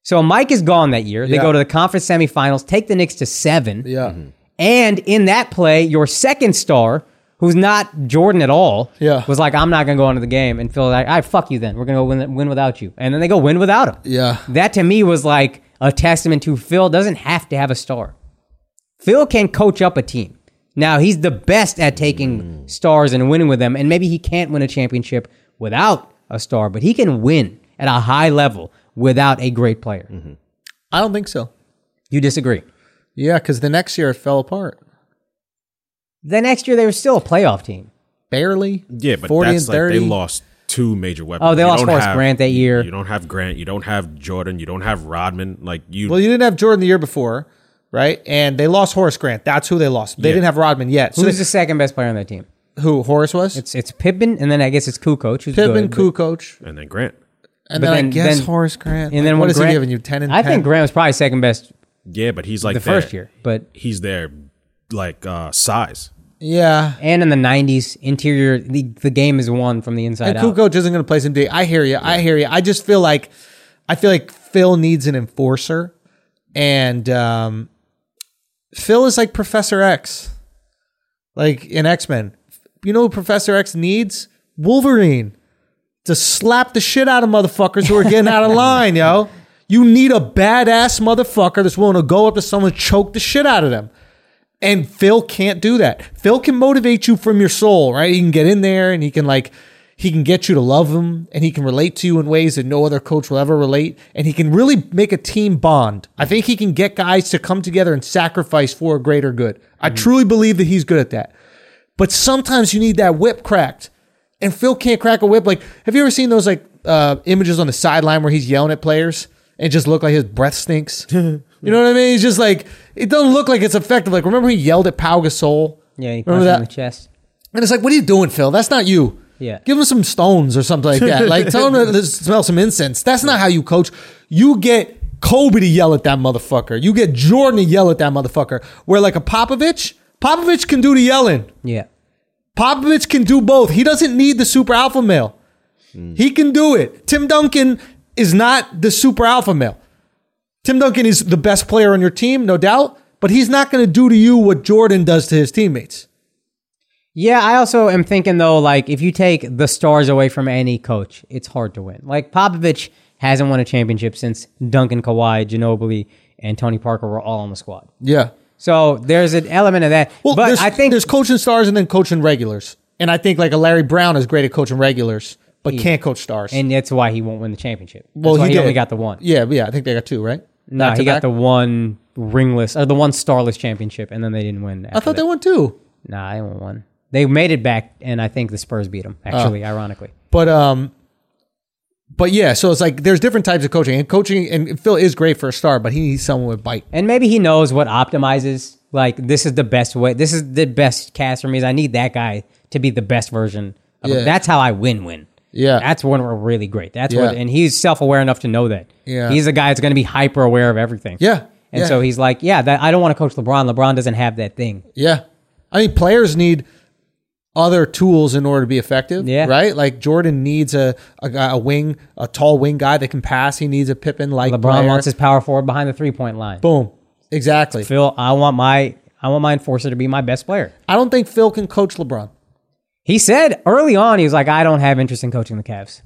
So Mike is gone that year. They
Yeah.
go to the conference semifinals, take the Knicks to seven.
Mm-hmm.
yeah,
And in that play, your second star, who's not Jordan at all,
Yeah.
was like, I'm not going to go into the game. And Phil's like, all right, fuck you then. We're going to go win, win without you. And then they go win without him.
Yeah.
That to me was like a testament to Phil doesn't have to have a star. Phil can coach up a team. Now, he's the best at taking stars and winning with them. And maybe he can't win a championship without a star, but he can win at a high level without a great player.
Mm-hmm. I don't think so.
You disagree.
Yeah, because the next year it fell apart.
The next year, they were still a playoff team.
Barely.
Yeah, but
40
that's
and
like
30.
they lost two major weapons.
Oh, they
You
lost
don't
Horace
have-
Grant that
you-
year.
You don't have Grant. You don't have Jordan. You don't have Rodman. Like you,
Well, you didn't have Jordan the year before, right? And they lost Horace Grant. That's who they lost. They
Yeah.
didn't have Rodman yet. So
Who's
they-
the second best player on that team?
who Horace was?
It's it's Pippen, and then I guess it's Kukoc. Who's
Pittman,
good, but-
Kukoc,
and then Grant.
and
but
then, I
then-
guess
then-
Horace Grant.
And then
Like, what
when
is
Grant,
he giving you? Ten and
I
10?
think Grant was probably second best.
Yeah, but he's like
The
their-
first year, but-
he's their like uh, size.
Yeah,
And in the '90s, interior the, the game is won from the inside
and
out.
Kukoc isn't going to play some D. I hear you. I hear you. I just feel like I feel like Phil needs an enforcer, and um, Phil is like Professor X, like in X Men. You know, who Professor X needs Wolverine to slap the shit out of motherfuckers who are getting out of line, yo. You need a badass motherfucker that's willing to go up to someone and choke the shit out of them. And Phil can't do that. Phil can motivate you from your soul, right? He can get in there and he can like he can get you to love him and he can relate to you in ways that no other coach will ever relate and he can really make a team bond. I think he can get guys to come together and sacrifice for a greater good. I truly believe that he's good at that. But sometimes you need that whip cracked. And Phil can't crack a whip. Like, have you ever seen those like uh, images on the sideline where he's yelling at players and it just look like his breath stinks? you know what I mean? He's just like it doesn't look like it's effective. Like, remember he yelled at Pau Gasol?
yeah, he punched
remember
him in the
that?
chest.
And it's like, what are you doing, Phil? That's not you.
Yeah.
Give him some stones or something like that. Like, tell him to l- smell some incense. That's not how you coach. You get Kobe to yell at that motherfucker. You get Jordan to yell at that motherfucker. Where like a Popovich, Popovich can do the yelling.
Yeah,
Popovich can do both. He doesn't need the super alpha male. He can do it. Tim Duncan is not the super alpha male. Tim Duncan is the best player on your team, no doubt, but he's not going to do to you what Jordan does to his teammates.
yeah. I also am thinking though, like if you take the stars away from any coach, it's hard to win. Like Popovich hasn't won a championship since Duncan, Kawhi, Ginobili, and Tony Parker were all on the squad.
Yeah.
So there's an element of that.
Well,
but
there's,
I think
there's coaching stars and then coaching regulars. And I think like a Larry Brown is great at coaching regulars, but can't coach stars.
and that's why he won't win the championship. That's
well,
why he,
did.
only got the one.
Yeah, yeah. I think they got two, right?
No,
Back to
he got
back?
the one ringless or the one starless championship, and then they didn't win.
I thought they won two.
they. Nah, they won one. They made it back, and I think the Spurs beat
Oh.
them. Actually, ironically,
But um, but yeah, so it's like there's different types of coaching, and coaching and Phil is great for a star, but he needs someone with bite.
and maybe he knows what optimizes. Like this is the best way. This is the best cast for me. Is I need that guy to be the best version. Of
Yeah.
That's how I win. Win.
Yeah.
that's when we're really great. That's
Yeah.
what, and he's self aware enough to know that.
Yeah.
he's the guy that's going to be hyper aware of everything.
Yeah,
and
yeah.
so he's like, yeah, that, I don't want to coach LeBron. LeBron doesn't have that thing.
Yeah, I mean players need other tools in order to be effective.
Yeah.
right. Like Jordan needs a a, guy, a wing, a tall wing guy that can pass. He needs a Pippin like
LeBron wants his power forward behind the three point line.
boom. Exactly.
Phil, I want my I want my enforcer to be my best player.
I don't think Phil can coach LeBron.
He said early on, he was like, I don't have interest in coaching the Cavs.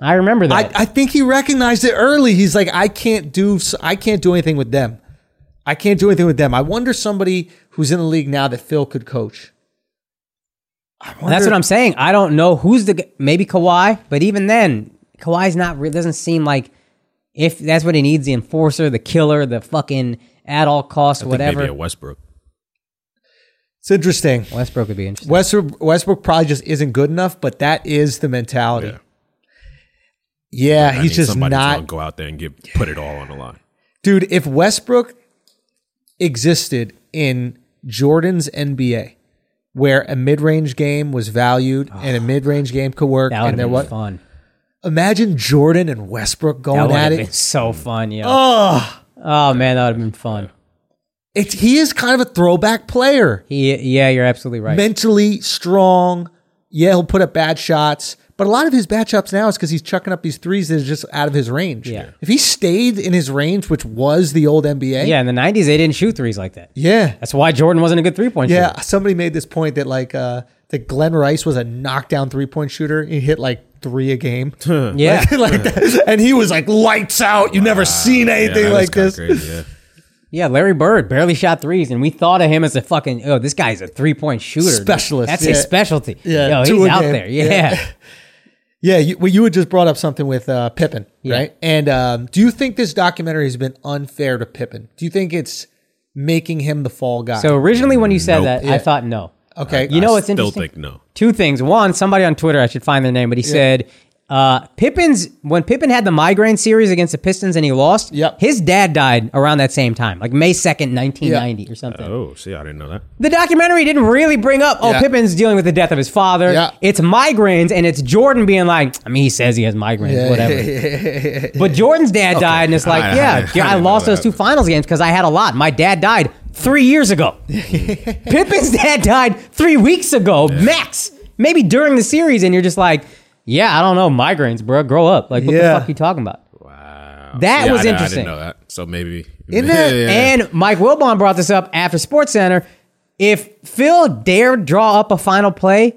I remember
Hmm. I,
that.
I think he recognized it early. He's like, I can't do I can't do anything with them. I can't do anything with them. I wonder somebody who's in the league now that Phil could coach. I wonder,
That's what I'm saying. I don't know who's the g- maybe Kawhi, but even then, Kawhi's not re- doesn't seem like if that's what he needs the enforcer, the killer, the fucking at all costs,
I think maybe
whatever.
at Westbrook.
It's interesting.
Westbrook would be interesting.
Westbrook, Westbrook probably just isn't good enough, but that is the mentality.
Yeah.
Yeah,
I
he's
need
just
somebody to
not.
go out there and get put it all on the line.
Dude, if Westbrook existed in Jordan's NBA, where a mid-range game was valued and a mid-range game could work,
Ah. that would
and there
have
was
been fun.
imagine Jordan and Westbrook
That
going
would
at
have
it.
been so fun, yeah. Oh, man, that would have been fun.
It's he is kind of a throwback player,
He, yeah, you're absolutely right.
mentally strong. Yeah, he'll put up bad shots, But a lot of his batch ups now is because he's chucking up these threes that are just out of his range.
Yeah.
If he stayed in his range, which was the old NBA,
Yeah, in the 90s, they didn't shoot threes like that.
yeah,
That's why Jordan wasn't a good three point
Yeah,
shooter.
somebody made this point that like uh that Glenn Rice was a knockdown three point shooter. He hit like three a game.
Yeah.
Like, like that. And he was like lights out. You've never seen anything
that was
like
kinda
this.
Crazy, yeah.
Yeah, Larry Bird barely shot threes, and we thought of him as a fucking oh, this guy's a three point shooter dude.
Specialist,
That's
yeah.
his specialty.
Yeah,
Yo,
two
he's
a
out
game.
there. Yeah,
Yeah. Yeah, you, well, you had just brought up something with uh, Pippen, right? And um, do you think this documentary has been unfair to Pippen? Do you think it's making him the fall guy?
So originally, when you said
Nope.
that,
Yeah.
I thought no.
okay,
You know what's
Still
interesting?
think no.
Two things. One, somebody on Twitter, I should find their name, but he said uh, Pippen's when Pippen had the migraine series against the Pistons and he lost.
Yep.
His dad died around that same time, like May second, nineteen ninety, or something.
Oh, see, I didn't know that.
The documentary didn't really bring up, oh,
Yeah.
Pippen's dealing with the death of his father.
Yeah.
It's migraines, and it's Jordan being like, I mean, he says he has migraines, whatever. But Jordan's dad died, and it's like,
I- I- I
yeah,
didn't
I,
know
lost those
that.
two finals games because I had a lot. My dad died three years ago. Pippen's dad died three weeks ago, max. Maybe during the series, and you're just like, yeah, I don't know, migraines, bro. Grow up. Like, what
Yeah.
the fuck are you talking about?
Wow.
That was
I, I
interesting.
didn't know that. So maybe.
Isn't it?
Yeah.
And Mike Wilbon brought this up after Sports Center. If Phil dared draw up a final play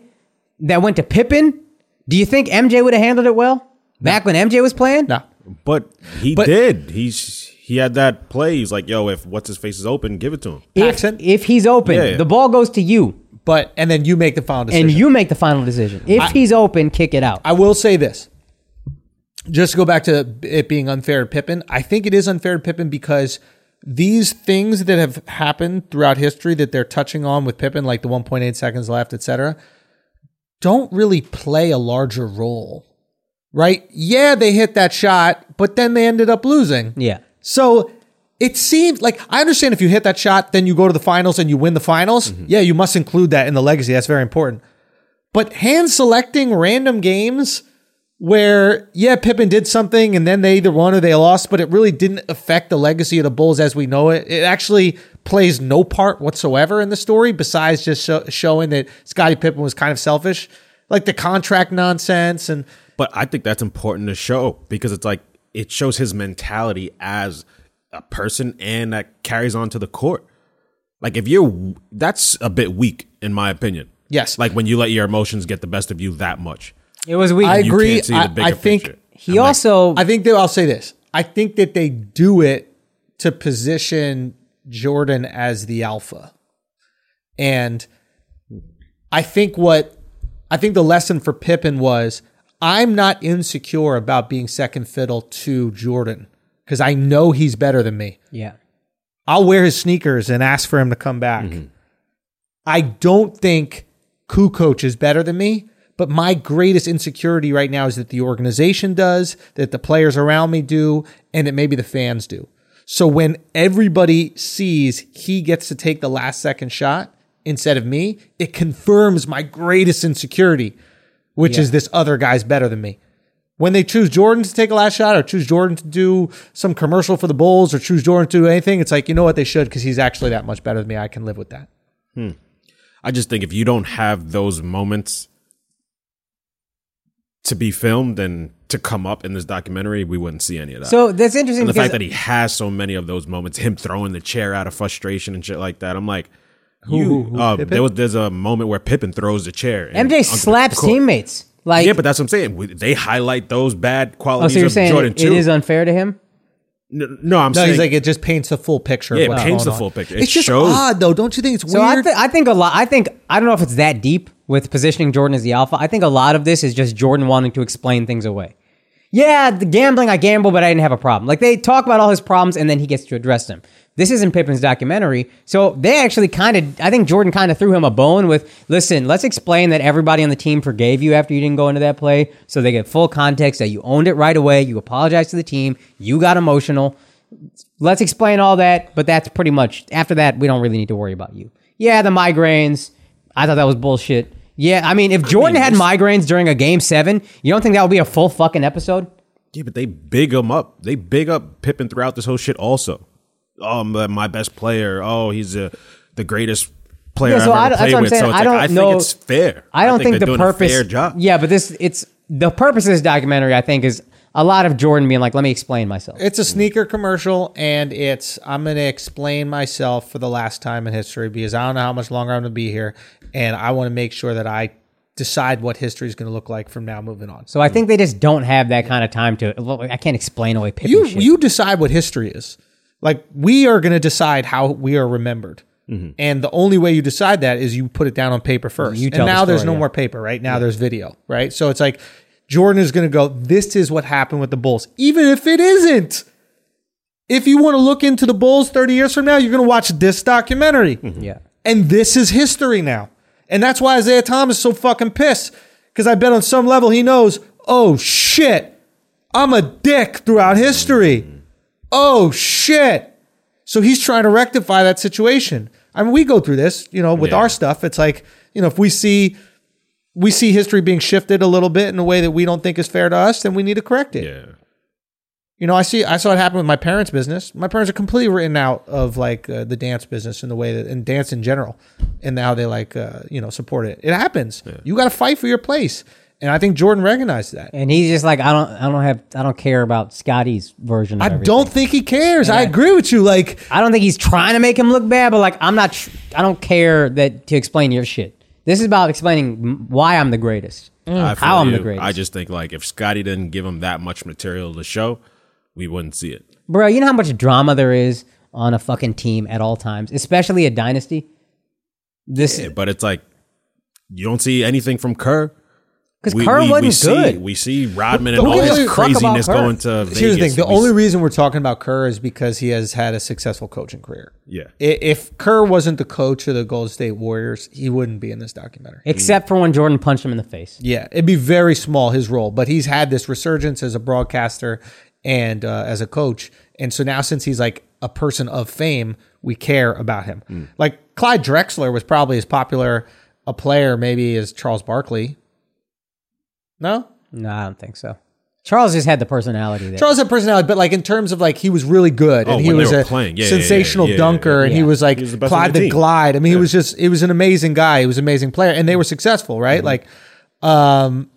that went to Pippen, do you think MJ would have handled it well? Back when MJ was playing?
no.
But he did. He's he had that play. He's like, yo, if what's his face is open, give it to him.
If,
Paxson?
if he's open,
Yeah, yeah.
the ball goes to you
But and then you make the final decision.
and you make the final decision. If he's open, kick it out.
I will say this. Just to go back to it being unfair to Pippen, I think it is unfair to Pippen because these things that have happened throughout history that they're touching on with Pippen, like the 1.8 seconds left, etc., don't really play a larger role, right? Yeah, they hit that shot, but then they ended up losing.
yeah.
So it seems like I understand if you hit that shot, then you go to the finals and you win the finals. Yeah, you must include that in the legacy. That's very important. But hand selecting random games where, yeah, Pippen did something and then they either won or they lost, but it really didn't affect the legacy of the Bulls as we know it. It actually plays no part whatsoever in the story besides just sho- showing that Scottie Pippen was kind of selfish, like the contract nonsense and
But I think that's important to show because it's like it shows his mentality as a person and that carries on to the court. Like if you're that's a bit weak in my opinion.
Yes.
Like when you let your emotions get the best of you that much.
It was weak.
I
You
agree.
can't see the
I-
bigger
I think
picture.
he also
I think that I'll say this. I think that they do it to position Jordan as the alpha. And I think what I think the lesson for Pippen was I'm not insecure about being second fiddle to Jordan because I know he's better than me.
Yeah.
I'll wear his sneakers and ask for him to come back. I don't think Ku coach is better than me, but my greatest insecurity right now is that the organization does, that the players around me do, and that maybe the fans do. So when everybody sees he gets to take the last second shot instead of me, it confirms my greatest insecurity, which is this other guy's better than me when they choose Jordan to take a last shot or choose Jordan to do some commercial for the Bulls or choose Jordan to do anything, it's like, you know what? They should because he's actually that much better than me. I can live with that.
I just think if you don't have those moments to be filmed and to come up in this documentary, we wouldn't see any of that.
So that's interesting
and the
because
fact that he has so many of those moments, him throwing the chair out of frustration and shit like that. I'm like,
who,
you,
who,
uh,
Pippen?
there was there's a moment where Pippen throws the chair. and-
MJ
onto the
slaps
court.
teammates. Like
yeah, but that's what I'm saying. We- They highlight those bad
Oh,
qualities
so you're
of
saying
Jordan
it, it
too.
is unfair to him?
no, no, I'm
No,
saying
he's like, it just paints the full picture.
Yeah,
of
it
what's
paints
going
the
on.
full picture. It
It's just
shows-
odd, though. Don't you think it's
So I,
weird?
th- I think a lot. I think I don't know if it's that deep with positioning Jordan as the alpha. I think a lot of this is just Jordan wanting to explain things away. Yeah, the gambling, I gamble, but I didn't have a problem. Like they talk about all his problems, and then he gets to address them. This isn't Pippen's documentary, so they actually kind of. I think Jordan kind of threw him a bone with, "Listen, let's explain that everybody on the team forgave you after you didn't go into that play, so they get full context that you owned it right away. You apologized to the team. You got emotional let's explain all that, but that's pretty much after that we don't really need to worry about you. Yeah, the migraines. I thought that was bullshit. Yeah, I mean, if Jordan had migraines during a game seven, you don't think that would be a full fucking episode?
yeah, but they big him up. They big up Pippen throughout this whole shit. Also, oh, my, my best player. Oh, he's a, the greatest player
Yeah, so I
I've
don't- that's what
ever played
I'm
with.
saying.
So it's
I
like,
don't
I think
know-
it's fair.
I don't think,
they're
the
doing
purpose.
A fair job.
Yeah, but this it's the purpose of this documentary, I think, is a lot of Jordan being like, "Let me explain myself."
It's a sneaker commercial, and it's I'm going to explain myself for the last time in history because I don't know how much longer I'm going to be here, and I want to make sure that I decide what history is going to look like from now moving on.
So I think they just don't have that kind of time to. Look, I can't explain away Pippen
you
shit.
you decide what history is. Like we are going to decide how we are remembered, and the only way you decide that is you put it down on paper first.
Mm-hmm. You
and
tell the
now there's
story,
no
yeah.
more paper. Right now there's video. Right, so it's like Jordan is going to go. This is what happened with the Bulls, even if it isn't. If you want to look into the Bulls 30 years from now, you're going to watch this documentary.
yeah.
And this is history now. And that's why Isaiah Thomas is so fucking pissed. Because I bet on some level he knows, oh shit, I'm a dick throughout history.
Mm-hmm.
Oh shit. So he's trying to rectify that situation. I mean, we go through this, you know, with
Yeah.
our stuff. It's like, you know, if we see we see history being shifted a little bit in a way that we don't think is fair to us, then we need to correct it.
Yeah.
You know, I see. I saw it happen with my parents' business. My parents are completely written out of like uh, the dance business and the way that and dance in general, and how they like uh, you know support it. It happens. You got to fight for your place, and I think Jordan recognized that.
And he's just like, I don't, I don't have, I don't care about Scotty's version. Of
I
everything.
don't think he cares. I agree with you. Like
I don't think he's trying to make him look bad, but like, I'm not, tr- I don't care that to explain your shit. This is about explaining m- why I'm the greatest,
Mm. I feel
how I'm the
you.
greatest.
I just think like if Scotty didn't give him that much material to show, we wouldn't see it.
bro. You know how much drama there is on a fucking team at all times, especially a dynasty. This
Yeah, but it's like you don't see anything from Kerr.
because Kerr wasn't
see,
good.
We see Rodman and all
gives a
his
fuck
about
craziness
Kerr?
going to Vegas.
here's the thing: the
We
only
s-
reason we're talking about Kerr is because he has had a successful coaching career.
Yeah.
I- If Kerr wasn't the coach of the Golden State Warriors, he wouldn't be in this documentary.
Except for when Jordan punched him in the face.
Yeah, it'd be very small his role, but he's had this resurgence as a broadcaster and uh, as a coach, and so now since he's like a person of fame, we care about him. Like Clyde Drexler was probably as popular a player maybe as Charles Barkley. No,
No, I don't think so. Charles just had the personality there.
Charles had personality, but like in terms of like he was really good
Oh,
and he
when they
was
were
a
playing. Yeah, yeah, yeah,
sensational
yeah, yeah,
dunker, and he
yeah.
was like
He was the best on
Clyde
the
the,
team.
Glide. I mean, he was just he was an amazing guy. He was an amazing player, and
Mm-hmm.
they were successful, right? Like, um,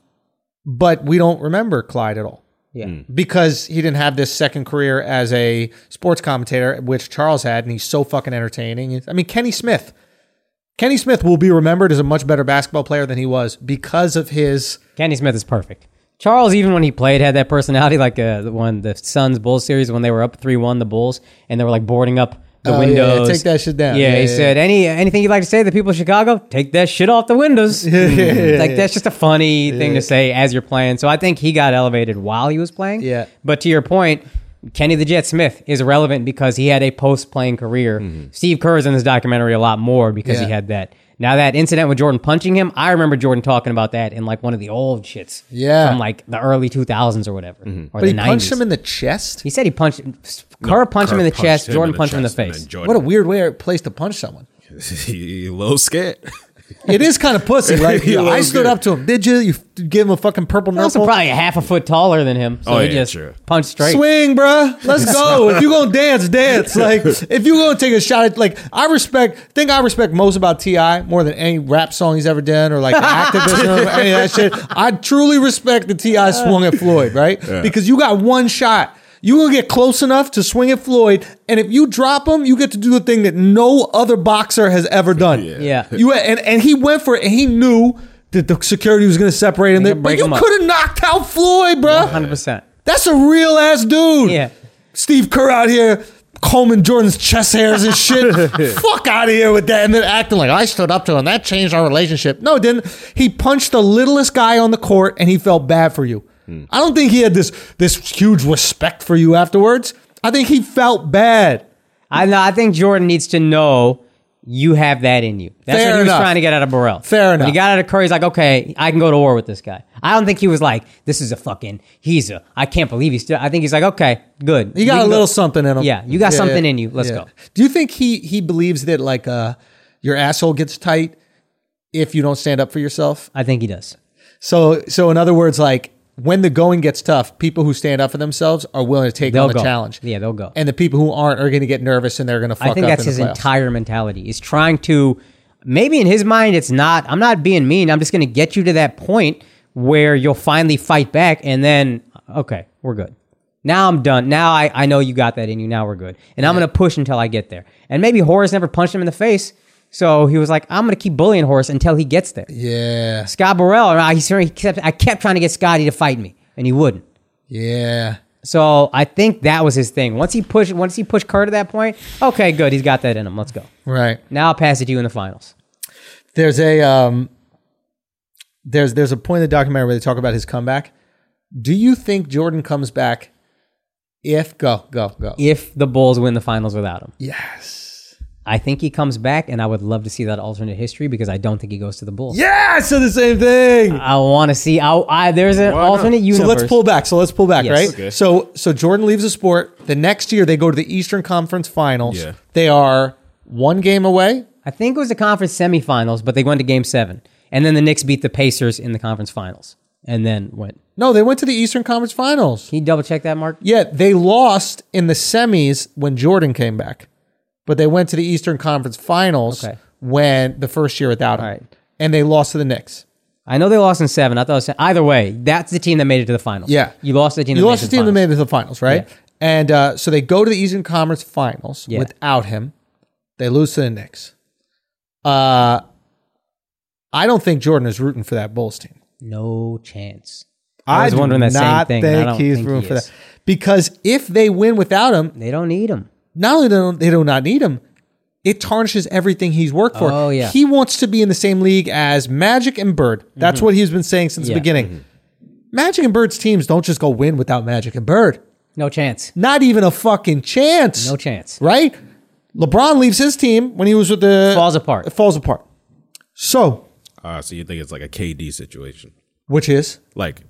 but we don't remember Clyde at all.
Yeah.
Hmm.
because he didn't have this second career as a sports commentator, which Charles had, and he's so fucking entertaining. I mean, Kenny Smith. Kenny Smith will be remembered as a much better basketball player than he was because of his.
Kenny Smith is perfect. Charles, even when he played, had that personality. Like uh, the one the Suns Bulls series when they were up three one, the Bulls, and they were like boarding up the
Oh, yeah, yeah,
windows.
take that shit down.
Yeah,
Yeah,
he
yeah,
said any anything you'd like to say to the people of Chicago, take that shit off the windows. like that's just a funny thing to say as you're playing. So I think he got elevated while he was playing.
Yeah.
But to your point, Kenny the Jet Smith is relevant because he had a post playing career. Steve Kerr is in this documentary a lot more because he
Mm-hmm. Yeah.
had that. Now that incident with Jordan punching him, I remember Jordan talking about that in like one of the old shits.
Yeah. Mm-hmm.
From like the early 2000s or whatever. Or
But
the
he
90s.
punched him in the chest.
he said he punched Kerr punched him in the
punched
chest,
him
Jordan
the
punched him in the
chest, and
face.
then Jordan-
What a weird way place to punch someone.
he, a little scared.
It is kind of pussy. Like
He
I
was
stood
good.
up to him. Did you? You f- give him a fucking purple
also
nurple.
probably a half a foot taller than him. So
Oh,
he
yeah,
just
true.
punched straight.
Swing, bruh. Let's go. if you gonna dance, dance. Like if you gonna take a shot at like I respect thing I respect most about T.I. more than any rap song he's ever done or like an activist or any of that shit. I truly respect the T.I. swung at Floyd, right? Because you got one shot. You gonna get close enough to swing at Floyd, and if you drop him, you get to do the thing that no other boxer has ever done.
Yeah.
You and, and he went for it, and he knew that the security was gonna separate him. But
break
you
him up.
could have knocked out Floyd, bruh.
100%.
That's a real ass dude.
Yeah.
Steve Kerr out here combing Jordan's chest hairs and shit. Fuck out of here with that. And then acting like I stood up to him. That changed our relationship. No, it didn't. He punched the littlest guy on the court and he felt bad for you.
Hmm.
I don't think he had this this huge respect for you afterwards. I think he felt bad.
I know. I think Jordan needs to know you have that in you. That's
Fair
what he was
enough.
trying to get out of Burrell.
Fair
When he
enough.
got out of Curry, he's like, okay, I can go to war with this guy. I don't think he was like, this is a fucking, he's a, I can't believe he's still, I think he's like, okay, good.
You
We
got a
can
little
go.
something in him.
Yeah, you got something in you. Let's go.
Do you think he he believes that like uh your asshole gets tight if you don't stand up for yourself?
I think he does.
So, so in other words, like when the going gets tough, people who stand up for themselves are willing to take
They'll
on the
go.
challenge.
Yeah, they'll go.
And the people who aren't are going to get nervous and they're going to fuck
I think
up
that's
in the
his
playoffs.
entire mentality. Is trying to maybe in his mind it's not. I'm not being mean. I'm just going to get you to that point where you'll finally fight back and then okay, we're good. Now I'm done. Now I, I know you got that in you. Now we're good. And I'm gonna push until I get there. And maybe Horace never punched him in the face. So he was like, I'm gonna keep bullying Horace until he gets there.
Yeah.
Scott Burrell, and I, he certainly kept, I kept trying to get Scotty to fight me, and he wouldn't.
Yeah.
So I think that was his thing. Once he pushed, once he pushed Kerr to that point, okay, good, he's got that in him. Let's go.
Right.
Now I'll pass it to you in the finals.
There's a um there's there's a point in the documentary where they talk about his comeback. Do you think Jordan comes back if go go go?
If the Bulls win the finals without him,
Yes.
I think he comes back, and I would love to see that alternate history because I don't think he goes to the Bulls.
Yeah, so the same thing.
I want to see. I, I there's an alternate
so
universe.
let's pull back. So let's pull back,
Yes.
right?
Okay.
So so Jordan leaves the sport. The next year they go to the Eastern Conference Finals.
Yeah.
They are one game away.
I think it was the conference semifinals, but they went to Game Seven, and then the Knicks beat the Pacers in the conference finals, and then went.
No, they went to the Eastern Conference Finals.
Can you double check that, Mark?
Yeah, they lost in the semis when Jordan came back, but they went to the Eastern Conference Finals
Okay.
when the first year without him,
All right.
and they lost to the Knicks.
I know they lost in seven. I thought it was se- either way, that's the team that made it to the finals.
Yeah.
you lost the team.
You
that
lost
made
the
it to
team that
finals.
made it to the finals, right?
Yeah.
And uh, so they go to the Eastern Conference Finals
Yeah.
without him. They lose to the Knicks. Uh, I don't think Jordan is rooting for that Bulls team.
No chance. I was wondering that same thing, and I don't think he is.
because if they win without him,
They don't need him.
not only don't they do not need him, it tarnishes everything he's worked for.
Oh, yeah.
He wants to be in the same league as Magic and Bird. That's what he's been saying since
Mm-hmm. Yeah. Mm-hmm.
the beginning. Magic and Bird's teams don't just go win without Magic and Bird.
No chance.
Not even a fucking chance.
No chance.
Right? LeBron leaves his team when he was with the
Falls apart.
It falls apart. So,
Uh, so you think it's like a KD situation?
which is
Like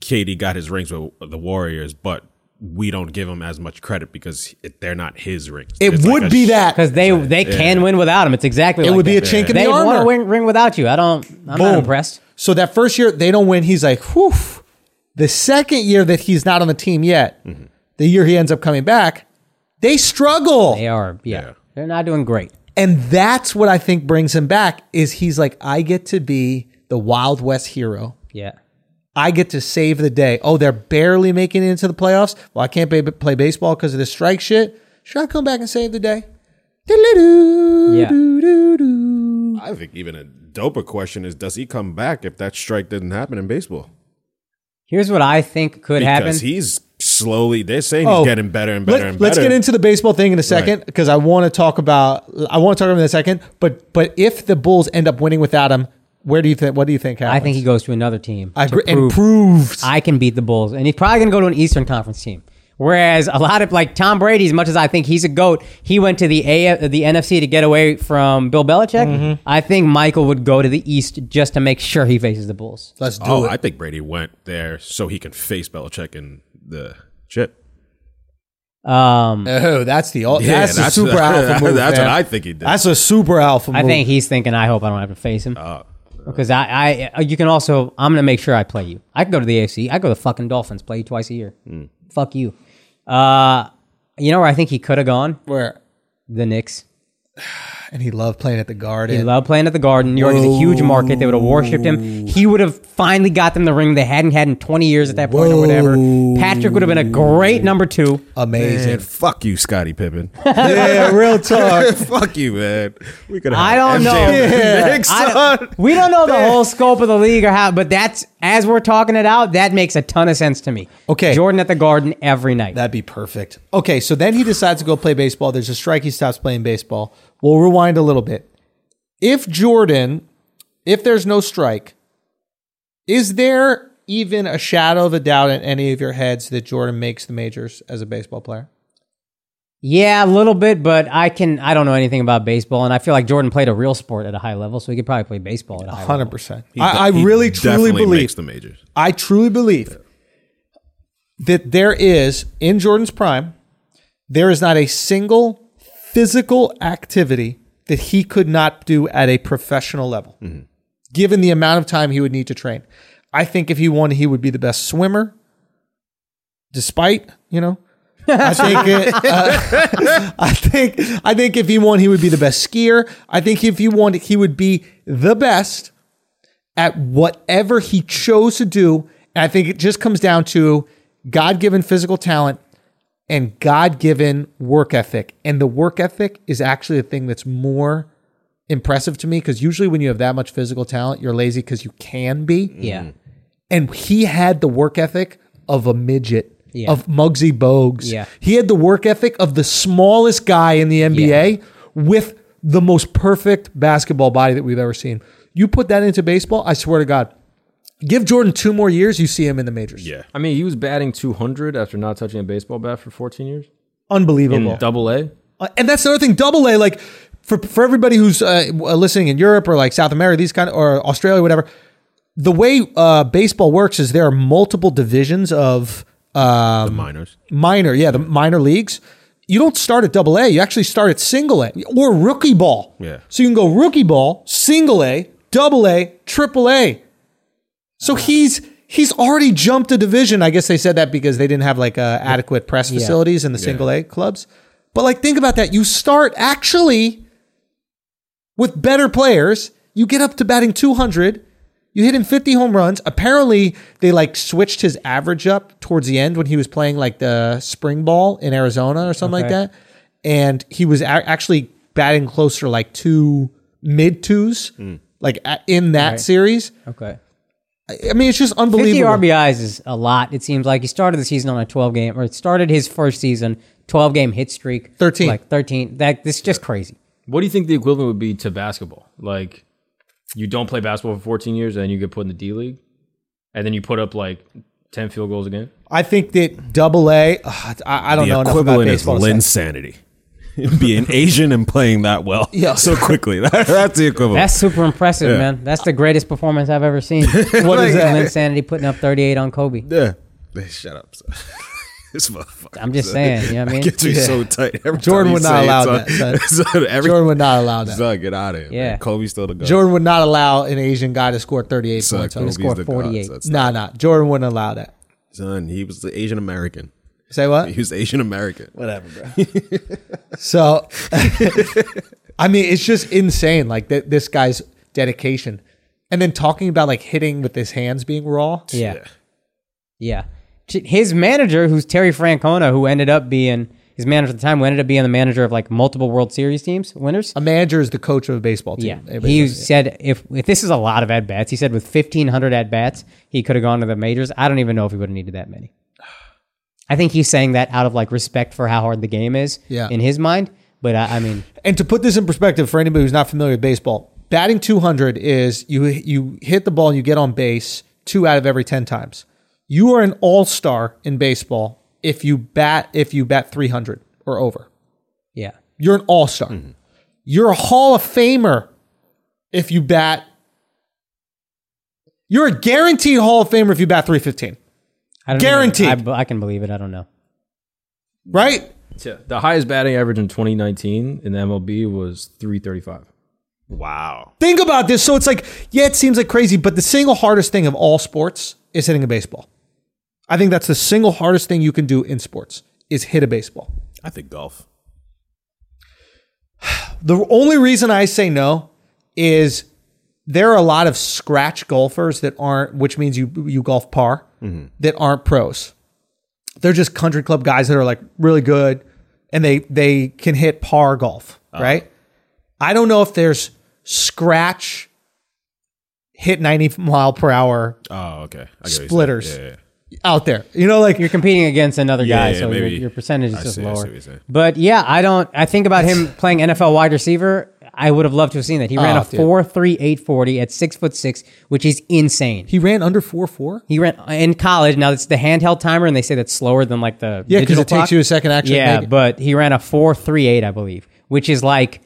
KD got his rings with the Warriors, but we don't give him as much credit because it, they're not his rings.
it
It's like
would
a
be
sh-
that
Because they they can win without him. It's exactly.
it
like
would be a
that.
chink in
They
the
want
armor.
to win ring without you. I don't. I'm not
Boom.
impressed.
So that first year, they don't win. He's like, whew. The second year that he's not on the team yet,
Mm-hmm.
the year he ends up coming back, they struggle.
They are. Yeah.
Yeah.
They're not doing great.
And that's what I think brings him back is he's like, I get to be the Wild West hero.
Yeah.
I get to save the day. Oh, they're barely making it into the playoffs. Well, I can't ba- play baseball because of this strike shit. Should I come back and save the day?
Yeah.
Yeah.
I think even a doper question is: Does he come back if that strike didn't happen in baseball?
Here's what I think could happen.
Because he's slowly. They're saying he's getting better and
Oh,
better
Let,
and better.
Let's get into the baseball thing in a second because I want to talk about I want to talk about it in a second. But but if the Bulls end up winning without him, where do you think? What do you think happens?
I think he goes to another team.
I
to
agree.
prove-
Improved.
I can beat the Bulls, and he's probably gonna go to an Eastern Conference team. Whereas a lot of like Tom Brady, as much as I think he's a goat, he went to the A the NFC to get away from Bill Belichick.
Mm-hmm.
I think Michael would go to the East just to make sure he faces the Bulls.
Let's do
oh,
it.
I think Brady went there so he can face Belichick in the chip.
Um,
oh, that's the al- that's,
that's-
a super alpha move.
that's what
man.
I think he did.
That's a super alpha.
I
move.
think he's thinking, I hope I don't have to face him because I, I you can also I'm gonna make sure I play you. I can go to the AFC. I go to the fucking Dolphins. Play you twice a year. Fuck you. Uh, you know where I think he could have gone?
where
The Knicks.
and he loved playing at the Garden.
He loved playing at the Garden. New York is a huge market. They would have worshipped him. He would have finally got them the ring they hadn't had in 20 years at that point or whatever. Patrick would have been a great number two.
Amazing.
Man, fuck you, Scottie Pippen.
yeah, real talk.
fuck you, man. We could.
I
have
don't know.
MJ on the Knicks,
I
son.
don't- we don't know the whole scope of the league or how, but that's as we're talking it out, that makes a ton of sense to me.
Okay.
Jordan at the Garden every night.
That'd be perfect. Okay, so then he decides to go play baseball. There's a strike. He stops playing baseball. We'll rewind a little bit. If Jordan, if there's no strike, is there even a shadow of a doubt in any of your heads that Jordan makes the majors as a baseball player?
yeah, a little bit, but I can I don't know anything about baseball, and I feel like Jordan played a real sport at a high level, so he could probably play baseball at a high level.
100%. I, I really, truly
definitely
believe
makes the majors.
I truly believe that there is in Jordan's prime, there is not a single physical activity that he could not do at a professional level, given the amount of time he would need to train. I think if he won, he would be the best swimmer, despite, you know. I think it, uh, I think I think if he won, he would be the best skier. I think if he won, he would be the best at whatever he chose to do. And I think it just comes down to God given physical talent and God given work ethic. And the work ethic is actually the thing that's more impressive to me because usually when you have that much physical talent, you're lazy because you can be.
Yeah.
And he had the work ethic of a midget.
Yeah.
Of Muggsy Bogues.
Yeah.
He had the work ethic of the smallest guy in the NBA with the most perfect basketball body that we've ever seen. You put that into baseball, I swear to God. Give Jordan two more years, you see him in the majors.
Yeah.
I mean, he was batting 200 after not touching a baseball bat for 14 years in
Unbelievable.
Double A.
Uh, and that's another thing. Double A, like for for everybody who's uh, w- listening in Europe or like South America, these kind of or Australia, whatever. The way uh, baseball works is there are multiple divisions of um,
minors.
minor, yeah, the minor leagues. You don't start at double A. You actually start at single A or rookie ball.
Yeah.
So you can go rookie ball, single A, double A, triple A. So he's he's already jumped a division. I guess they said that because they didn't have like uh, adequate press facilities in the single A clubs. But like think about that. You start actually with better players. You get up to batting 200. You hit him 50 home runs. Apparently, they like switched his average up towards the end when he was playing like the spring ball in Arizona or something
Okay.
like that. And he was a- actually batting closer to, like two mid twos, like a- in that series.
Okay.
I mean, it's just
50
unbelievable.
RBIs is a lot. It seems like he started the season on a 12 game, or it started his first season 12 game hit streak.
13.
like 13. That this is just crazy.
What do you think the equivalent would be to basketball? Like, you don't play basketball for 14 years and then you get put in the D League and then you put up like 10 field goals again.
I think that double A, ugh, I, I don't know
The
enough about
equivalent is
baseball. to say.
Lin Sanity. Being Asian and playing that well
Yeah.
so quickly. That- that's the equivalent.
That's super impressive, man. That's the greatest performance I've ever seen. what is that? Insanity putting up 38 on Kobe.
yeah. Shut up. son. this motherfucker.
I'm just saying, you know what I mean?
Gets me so tight. Every
Jordan
time
would
you
not
say
allow
it, son.
that,
Son, every,
Jordan would not allow that.
Son, get out of here.
Yeah.
man. Kobe's still the guy.
Jordan would not allow an Asian guy to score 38
Son,
points. on
Kobe's
his-
score
the god,
48.
son. It's
Nah, nah. Jordan wouldn't allow that.
Son, he was the Asian American.
Say what?
He was Asian American. Whatever, bro.
So, I mean, it's just insane. Like th- this guy's dedication, and then talking about like hitting with his hands being raw.
Yeah. Yeah. Ch- His manager, who's Terry Francona, who ended up being his manager at the time, who ended up being the manager of like multiple World Series teams, winners.
A manager is the coach of a baseball
Yeah.
team. Uh, Everybody
He
knows that.
said if, if this is a lot of at bats, he said with 1,500 at bats, he could have gone to the majors. I don't even know if he would have needed that many. I think he's saying that out of like respect for how hard the game is
Yeah.
in his mind. But I, I mean,
And to put this in perspective for anybody who's not familiar with baseball, batting 200 is you you hit the ball and you get on base two out of every 10 times. You are an all-star in baseball if you bat if you bat 300 or over.
yeah.
You're an all-star. You're a Hall of Famer if you bat You're a guaranteed Hall of Famer if you bat 315,
I don't even-
Guaranteed.
I b- I, can believe it. I don't know.
right?
The highest batting average in 2019 in the MLB was 335.
Wow.
Think about this. So it's like, yeah, it seems like crazy, but the single hardest thing of all sports is hitting a baseball. I think that's the single hardest thing you can do in sports is hit a baseball.
I think golf.
The only reason I say no is there are a lot of scratch golfers that aren't, which means you you golf par that aren't pros. They're just country club guys that are like really good, and they they can hit par golf,
Uh-huh.
right? I don't know if there's scratch hit ninety mile per hour
Oh, okay. I get what you're saying.
Splitters.
Yeah, yeah, yeah.
out there. You know, like
You're competing against another
Yeah,
guy,
yeah,
so your,
maybe.
your percentage is
I
just
see, I see
lower.
what you're saying.
But yeah, I don't. I think about him playing NFL wide receiver. I would have loved to have seen that. He ran
Oh,
a
dude.
four three eight forty at six foot six, which is insane. He,
he ran under four four.
ran in college. Now it's the handheld timer, and they say that's slower than like the
Yeah, because
digital
it takes
clock.
you a second actually. to
Yeah,
make it.
but he ran a four three eight, I believe, which is like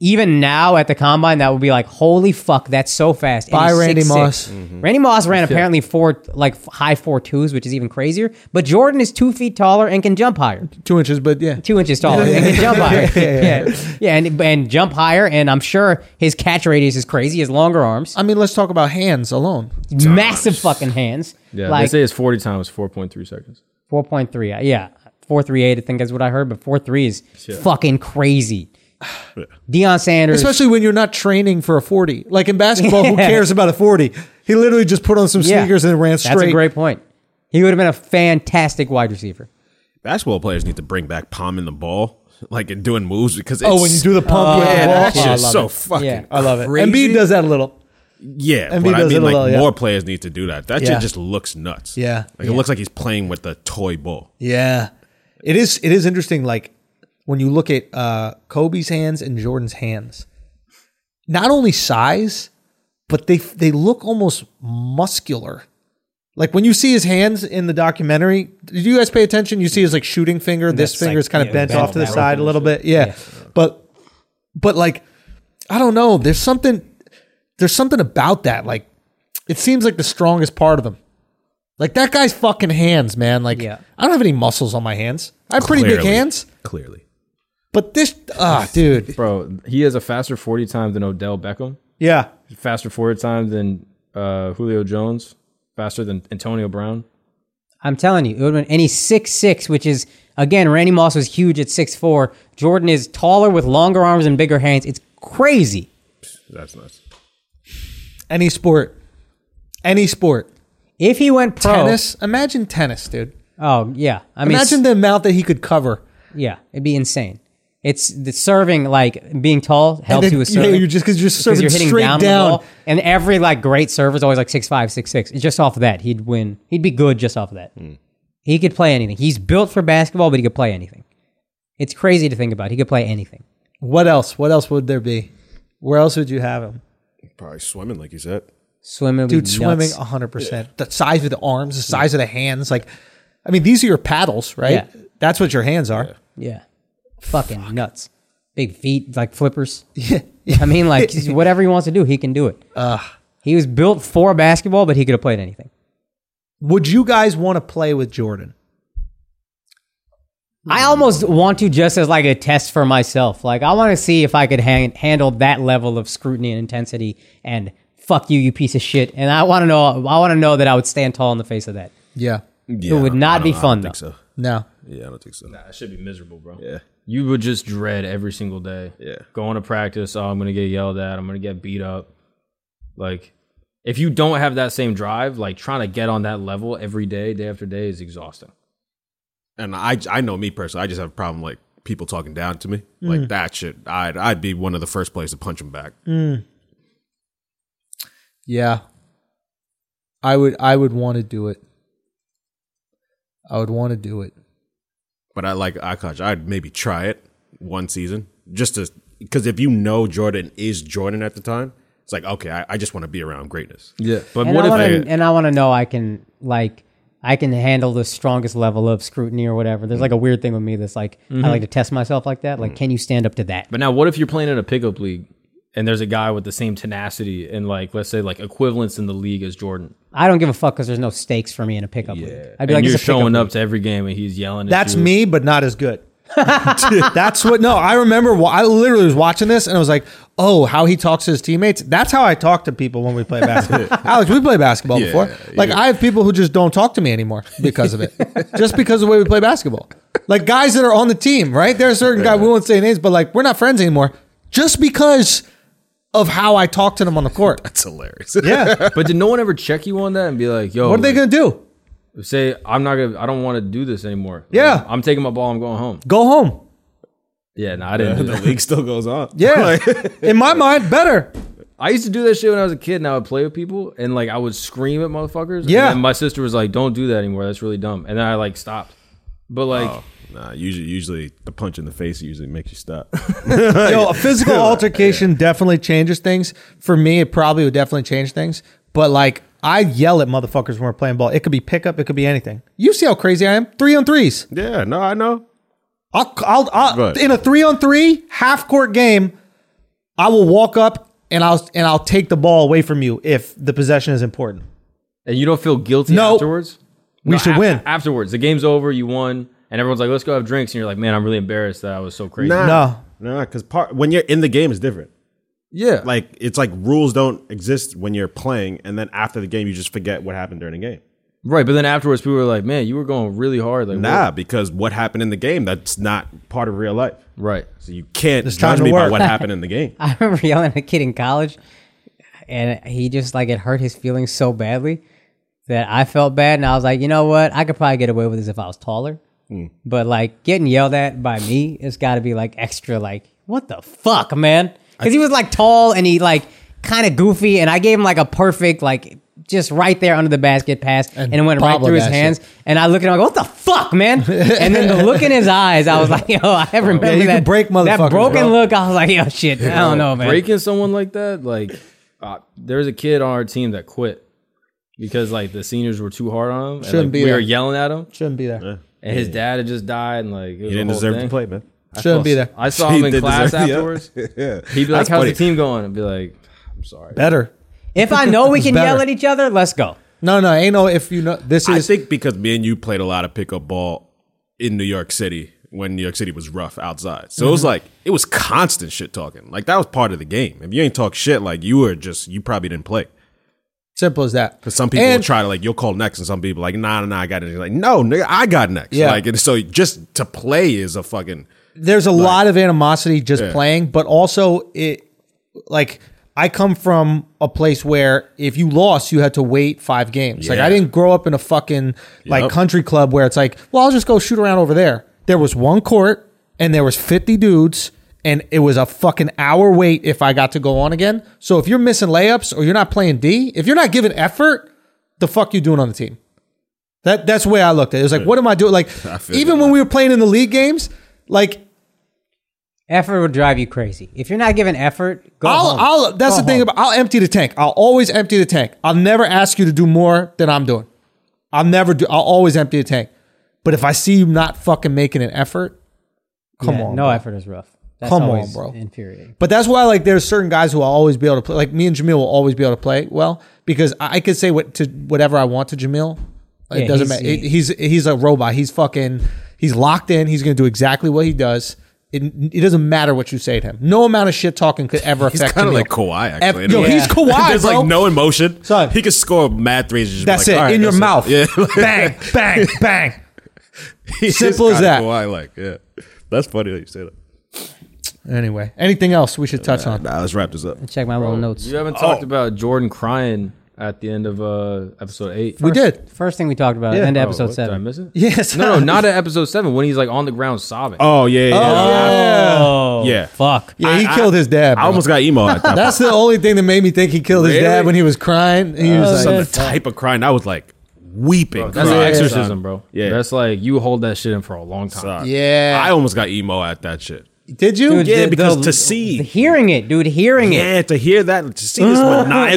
even now at the combine that would be like holy fuck, that's so fast. And
Bye,
he's
Randy
6'6".
Moss.
Randy Moss ran apparently four like f- high four twos, which is even crazier. But Jordan is two feet taller and can jump higher,
two inches, but yeah,
two inches taller and can jump higher. Yeah, yeah, and and jump higher. And I'm sure his catch radius is crazy. His longer arms,
I mean, let's talk about hands alone.
massive fucking hands.
Yeah,
like
they say it's 40 times 4.3 seconds.
four point three. uh, Yeah, four three eight. I think is what I heard. But four three is fucking crazy. Deion Sanders,
Especially when you're not training for a 40. Like in basketball, who cares about a 40? He literally just put on some
Yeah.
sneakers and ran straight.
That's a great point. He would have been a fantastic wide receiver.
Basketball players need to bring back palming the ball, like and doing moves because it's,
oh, when you do the pump with
yeah,
the ball,
that shit's
Oh, I love
so
it.
fucking
Yeah.
I love it.
crazy.
Embiid does that a little.
Yeah,
Embiid
but I
does it
mean,
a
like
little, yeah.
more players need to do that. That
Yeah.
shit just looks nuts.
Yeah.
like it looks like he's playing with the toy ball.
Yeah. It is it is interesting like when you look at uh Kobe's hands and Jordan's hands. Not only size, but they they look almost muscular. Like when you see his hands in the documentary, did you guys pay attention? You see his like shooting finger, this
like,
finger is kind of
yeah,
bent
bent
off to the
that way.
side a little bit. Yeah. But but like I don't know, there's something there's something about that like it seems like the strongest part of him. Like that guy's fucking hands, man. Like
Yeah.
I don't have any muscles on my hands. I have pretty big
Clearly.
hands,
Clearly,
but this ah, dude.
Bro, he has a faster 40 time than Odell Beckham,
Yeah.
faster forward time than uh, Julio Jones, faster than Antonio Brown.
I'm telling you, it would have been any six six, which is again Randy Moss was huge at six four. Jordan is taller with longer arms and bigger hands. It's crazy.
that's nuts.
Any sport. Any sport.
If he went pro,
Tennis. Imagine tennis, dude.
oh yeah, I mean,
Imagine the amount that he could cover.
yeah, it'd be insane. It's the serving, like being tall, helps
then-
you with
yeah,
serving.
you're just- 'cause you're just serving
you're hitting
straight
down,
down.
The ball. And every like great server is always like six five, six six. Just off of that, he'd win. He'd be good just off of that. He could play anything. He's built for basketball, but he could play anything. It's crazy to think about. He could play anything.
What else? What else would there be? Where else would you have him?
Probably swimming, like you said.
Swimming, would be
Dude,
nuts.
swimming 100%. The size of the arms, the size of the hands. Like, I mean, these are your paddles, right?
Yeah.
That's what your hands are.
Yeah. Fucking nuts. Big feet, like flippers. I mean, like just whatever he wants to do, he can do it. he was built for basketball, but he could have played anything.
Would you guys want to play with Jordan?
I almost want to just as like a test for myself. Like I want to see if I could hang, handle that level of scrutiny and intensity and fuck you, you piece of shit. And I want to know. I want to know that I would stand tall in the face of that.
Yeah.
Yeah,
it would
I
not
don't-
be
I don't
fun though.
think so.
No.
Yeah, I don't think so.
That should be miserable, bro.
Yeah.
You would just dread every single day.
Yeah.
Going to practice, oh, I'm going to get yelled at. I'm going to get beat up. Like, if you don't have that same drive, like trying to get on that level every day, day after day is exhausting.
And I, I know me personally. I just have a problem like people talking down to me,
Hmm.
like that shit. I'd, I'd be one of the first players to punch him back.
Yeah. I would I would want to do it. I would want to do it.
But I like Akash. I'd maybe try it one season just to because if you know Jordan is Jordan at the time, it's like okay, I, I just want to be around greatness.
Yeah. But
And
what
I
if
wanna,
I-
and I want to know I can like I can handle the strongest level of scrutiny or whatever. There's like a weird thing with me that's like I like to test myself like that. Like, can you stand up to that?
But now, what if you're playing in a pickup league and there's a guy with the same tenacity and, like, let's say, like equivalence in the league as Jordan?
I don't give a fuck because there's no stakes for me in a pickup league. I'd
And
be like,
you're
it's a pickup
showing
league.
up to every game and he's yelling at
That's
you.
me, but not as good. That's what. No, I remember. wa- I literally was watching this, and I was like, "Oh, how he talks to his teammates." That's how I talk to people when we play basketball. Alex, we play basketball before. Like, I have people who just don't talk to me anymore because of it, just because of the way we play basketball. Like guys that are on the team, right? There are certain guy we won't say names, but like we're not friends anymore, just because of how I talk to them on the court.
It's hilarious.
Yeah,
But did no one ever check you on that and be like, yo,
what are they
like,
gonna do?
say, I'm not going to, I don't want to do this anymore? Like,
Yeah.
I'm taking my ball, I'm going home.
Go home.
Yeah, no, I didn't. do that.
the league still goes on.
Yeah, in my mind, better.
I used to do that shit when I was a kid and I would play with people and like I would scream at motherfuckers.
Yeah.
And then my sister was like, don't do that anymore. That's really dumb. And then I like stopped. But like,
Nah, usually, usually the punch in the face usually makes you stop.
Yo, a physical altercation definitely changes things. For me, it probably would definitely change things. But like, I yell at motherfuckers when we're playing ball. It could be pickup. It could be anything. You see how crazy I am? Three on threes.
yeah, no, I know.
I'll, I'll, I'll
Right.
in a three on three half court game, I will walk up and I'll and I'll take the ball away from you if the possession is important.
and you don't feel guilty
No.
afterwards?
We
No,
should
af-
win.
Afterwards, the game's over, you won, and everyone's like, let's go have drinks. And you're like, man, I'm really embarrassed that I was so crazy.
Nah,
No.
nah, because part when you're in the game is different.
Yeah. Like,
Like it's like rules don't exist when you're playing, and then after the game, you just forget what happened during the game.
right. But then afterwards, people were like, man, you were going really hard. Like,
Nah, because what happened in the game that's not part of real life.
what- Right.
So you can't
time
judge
to
me by
work.
what happened in the game.
I remember yelling at a kid in college. and he just like it hurt his feelings so badly that I felt bad, and I was like, you know what, I could probably get away with this if I was taller.
Mm.
But like getting yelled at by me, it's got to be like extra like what the fuck, man? Because he was like tall and he like kind of goofy, and I gave him like a perfect like just right there under the basket pass, and, it went right
Pablo
through his
that shit.
hands. And I look at him like, what the fuck, man? and then the look in his eyes, I was like, yo, I remember
you can
that
break motherfuckers,
that broken
bro.
look. I was like, yo, shit, I don't know, man.
breaking someone like that, like uh, there was a kid on our team that quit because like the seniors were too hard on him. and,
Shouldn't
like,
be
We
there.
were yelling at him,
Shouldn't be there.
and his dad had just died, and like it was
He didn't deserve to play, man.
Shouldn't be there.
I saw him
He
in
did
class
deserve- yeah.
afterwards.
yeah.
He'd be like,
That's
"How's the
funny.
team going?" And be like, "I'm sorry."
Better.
If I know we can
Better.
yell at each other, let's go.
No, no, ain't no. If you know, this
I
is
think because me and you played a lot of pickup ball in New York City when New York City was rough outside. So it
Mm-hmm.
was like it was constant shit talking. Like that was part of the game. If you ain't talk shit, like you were just you probably didn't play.
simple as that.
Because some people
And-
will try to like you'll call next, and some people like nah nah nah I got it. You're like no nigga I got next.
Yeah.
Like and so just to play is a fucking
there's a lot of animosity just playing, but also it like I come from a place where if you lost, you had to wait five games. Like
Yeah.
I didn't grow up in a fucking like
Yep.
country club where it's like, well, I'll just go shoot around over there. There was one court and there was 50 dudes and it was a fucking hour wait if I got to go on again. So if you're missing layups or you're not playing D, if you're not giving effort, the fuck you doing on the team? That that's the way I looked at it. It was like, what am I doing? Like
feel
even
you.
when we were playing in the league games, like
Effort will drive you crazy. If you're not giving effort, go
I'll,
home.
I'll, that's
Go
the thing
home.
about I'll empty the tank. I'll always empty the tank. I'll never ask you to do more than I'm doing. I'll never do. I'll always empty the tank. But if I see you not fucking making an effort, come
Yeah,
on.
no
bro.
effort is rough. That's
Come on,
always
bro.
Infuriating.
But that's why like there's certain guys who I'll always be able to play. Like me and Jamil will always be able to play well because I, I could say what to whatever I want to Jamil. It
Yeah,
doesn't
he's-
matter. It- he's he's a robot. He's fucking he's locked in. He's gonna do exactly what he does. It, it doesn't matter what you say to him. No amount of shit talking could ever
he's
affect
kind of
Jamil.
like Kawhi actually.
Ev- yo,
in a way.
he's Kawhi,
There's
bro.
like no emotion.
Son.
He could score mad threes. and just be
That's
like,
it
"All right,
in your
that's it."
mouth. bang, bang, bang.
Yeah,
Simple as
kinda
that.
Kawhi like yeah. That's funny that you say that.
Anyway, anything else we should touch on?
Nah, let's wrap this up.
Check my little notes.
You haven't talked about Jordan crying at the end of uh, episode eight.
We did.
First thing we talked about, end of
Oh,
episode
what? Did I
seven.
miss it?
Yes.
No, no, not at episode seven when he's like on the ground sobbing.
Oh yeah, yeah.
Oh,
Yeah.
Fuck.
Yeah, he
I-
killed his dad.
I
bro.
almost got emo at that.
That's the only thing that made me think he killed his dad
Really?
when he was crying. He was
Some
like,
type of crying. I was like weeping.
That's an
crying.
exorcism, bro.
Yeah.
that's like you hold that shit in for a long time.
Son.
Yeah.
I almost got emo at that shit.
"Did you?"
Dude,
Yeah,
the-
because
the-
to see,
Hearing it, dude, hearing it.
yeah, to hear that, to see this maniacal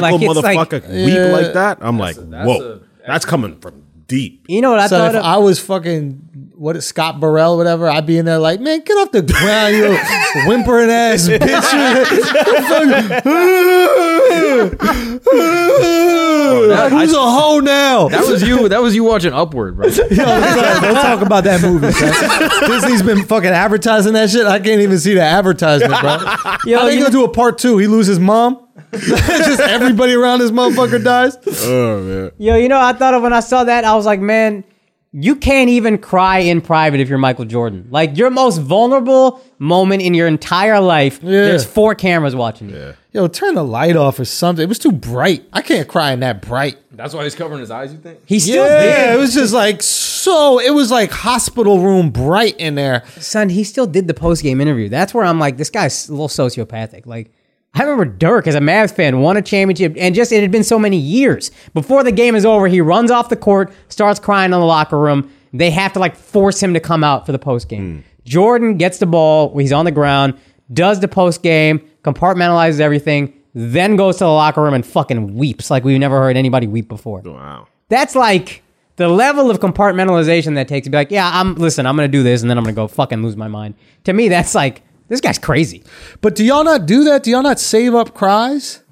Like, uh, it's like-
motherfucker weep like that, I'm like, whoa, that's coming from deep.
You know what I
so
thought
if
of?
I was fucking what is Scott Burrell, whatever, I'd be in there like, "Man, get off the ground, you whimpering ass bitch." Who's a hoe now?
That was you. That was you watching Upward, bro.
Yo, son, don't talk about that movie. son. Disney's been fucking advertising that shit. I can't even see the advertisement, bro. Yo, I think he'll do a part two. He loses mom. Just everybody around this motherfucker dies.
Oh man,
Yo, you know, I thought of when I saw that, I was like, man, you can't even cry in private if you're Michael Jordan. Like your most vulnerable moment in your entire life, there's four cameras watching you.
Yo, turn the light off or something. It was too bright. I can't cry in that bright.
That's why he's covering his eyes. You think?
He still
Yeah, it
did,
was just like so. It was like hospital room bright in there.
son. He still did the post game interview. That's where I'm like, this guy's a little sociopathic. Like, I remember Dirk as a Mavs fan won a championship, and just it had been so many years before the game is over. He runs off the court, starts crying in the locker room. They have to like force him to come out for the post game. Jordan gets the ball. He's on the ground, does the post game, compartmentalizes everything, then goes to the locker room and fucking weeps like we've never heard anybody weep before.
wow.
That's like the level of compartmentalization that takes to be like, yeah, I'm listen, I'm gonna do this and then I'm gonna go fucking lose my mind. To me, that's like this guy's crazy.
But do y'all not do that? Do y'all not save up cries?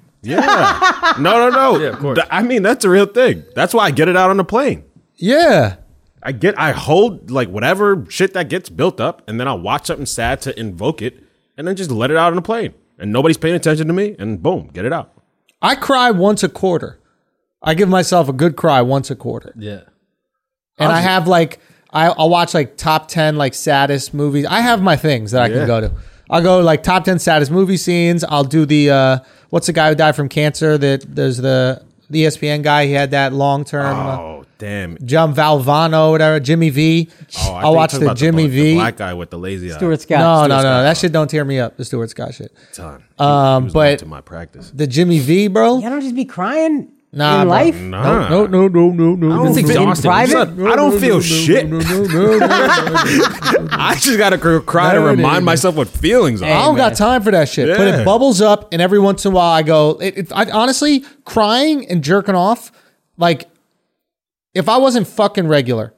Yeah, no, no, no.
Yeah, of course.
Th- I mean, that's a real thing. That's why I get it out on the plane.
Yeah.
I get, I hold like whatever shit that gets built up, and then I'll watch something sad to invoke it, and then just let it out on the plane, and nobody's paying attention to me, and boom, get it out.
I cry once a quarter. I give myself a good cry once a quarter.
Yeah.
and I have like I, I'll watch like top ten like saddest movies. I have my things that I
Yeah.
can go to. I'll go like top ten saddest movie scenes. I'll do the uh, what's the guy who died from cancer? That there's the the E ESPN guy. He had that long term. Uh,
Oh damn!
John Valvano, whatever. Jimmy V.
Oh, I
I'll
think
watch
you're
the
talking
Jimmy
about the,
V.
the black guy with the lazy eye.
Stuart Scott.
no, no, no,
Scott.
That shit don't tear me up. The Stuart Scott shit.
Ton. He-
Um,
he was
but-
late to my practice.
The Jimmy V, bro.
Y'all don't just be crying
Nah,
in
bro.
life.
Nah.
No, no, no, no, no.
That's
no,
think-
exhausting.
private?
It's not-
I don't feel shit.
no, no, no, no, no.
I just gotta cr- cry to
There it
remind
is.
myself what feelings
I
are.
don't got time for that shit. But
Yeah.
it bubbles up, and every once in a while, I go. It, it, I honestly crying and jerking off. Like, if I wasn't fucking regular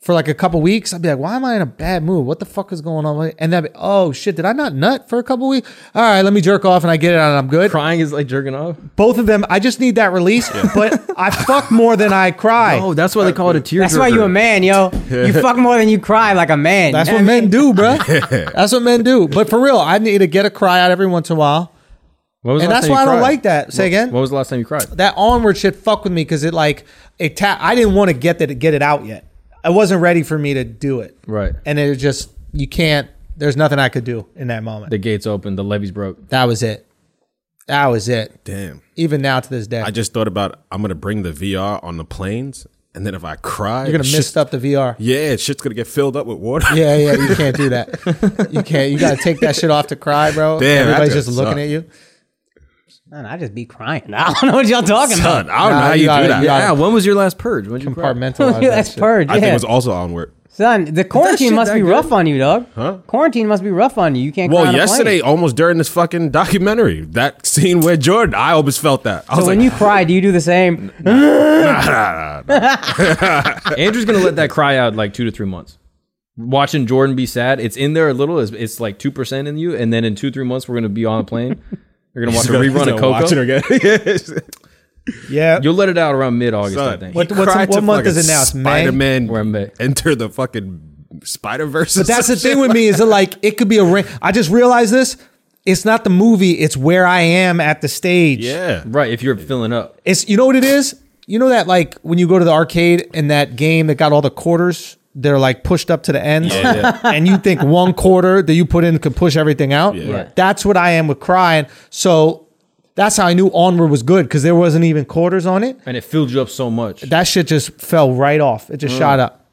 for like a couple weeks, I'd be like, "Why am I in a bad mood? What the fuck is going on?" And then, oh shit, did I not nut for a couple weeks? All right, let me jerk off, and I get it out, and I'm good.
Crying is like jerking off.
Both of them, I just need that release. But I fuck more than I cry.
Oh, that's why they call it a tear.
That's why you a man, yo. You fuck more than you cry like a man.
That's
You
what
know I
men
mean?
do, bro. That's what men do. But for real, I need to get a cry out every once in a while,
When was the
and
last
that's
time you
why I don't
cried?
like that. Say again.
When was the last time you cried?
that onward shit fucked with me because it like it ta- I didn't want to get that get it out yet. I wasn't ready for me to do it.
Right.
And it was just you can't. There's nothing I could do in that moment.
The gates opened. The levees broke.
that was it. That was it.
Damn.
Even now to this day,
I just thought about I'm gonna bring the VR on the planes, and then if I cry,
you're gonna
shit's-
mist up the VR.
Yeah, shit's gonna get filled up with water.
Yeah, yeah, you can't do that. You can't. You gotta take that shit off to cry, bro.
Damn, that
Everybody's
shit
just looking
sucked.
at you.
Man, I just be crying. I don't know what y'all talking
Son,
about.
I don't
Nah,
know how
you
you,
gotta-
do that.
you gotta-
Yeah. When was your last purge? When you cry?
Compartmentalize. that
That's
shit.
purge.
I think
yeah.
it was also onward.
Son, the quarantine
shit
must
that
be
good?
rough on you, dog.
Huh?
Quarantine must be rough on you. You can't. cry
Well,
on a plane.
yesterday, almost during this fucking documentary, that scene where Jordan, I almost felt that. I
So
was
when
like,
you cry, do you do the same?
Andrew's gonna let that cry out like two to three months. Watching Jordan be sad, it's in there a little. It's, it's like two percent in you, and then in two three months we're gonna be on a plane. You're gonna watch a rerun of
Watching her
Coco.
again.
Yeah.
You'll let it out around mid August, I think.
What- what's- what month is it now? It's May?
Spider Man
We're in May.
enter the fucking Spider Verse.
But that's the thing with me is that like it could be a rain. I just realized this. It's not the movie. It's where I am at the stage.
Yeah.
Right, if you're filling up,
It's you know what it is. You know that like when you go to the arcade and that game that got all the quarters, they're like pushed up to the ends,
Yeah,
and you think one quarter that you put in could push everything out.
Yeah.
Right.
That's what I am with crying. So that's how I knew Onward was good because there wasn't even quarters on it.
and it filled you up so much.
That shit just fell right off. It
Mm.
just shot up.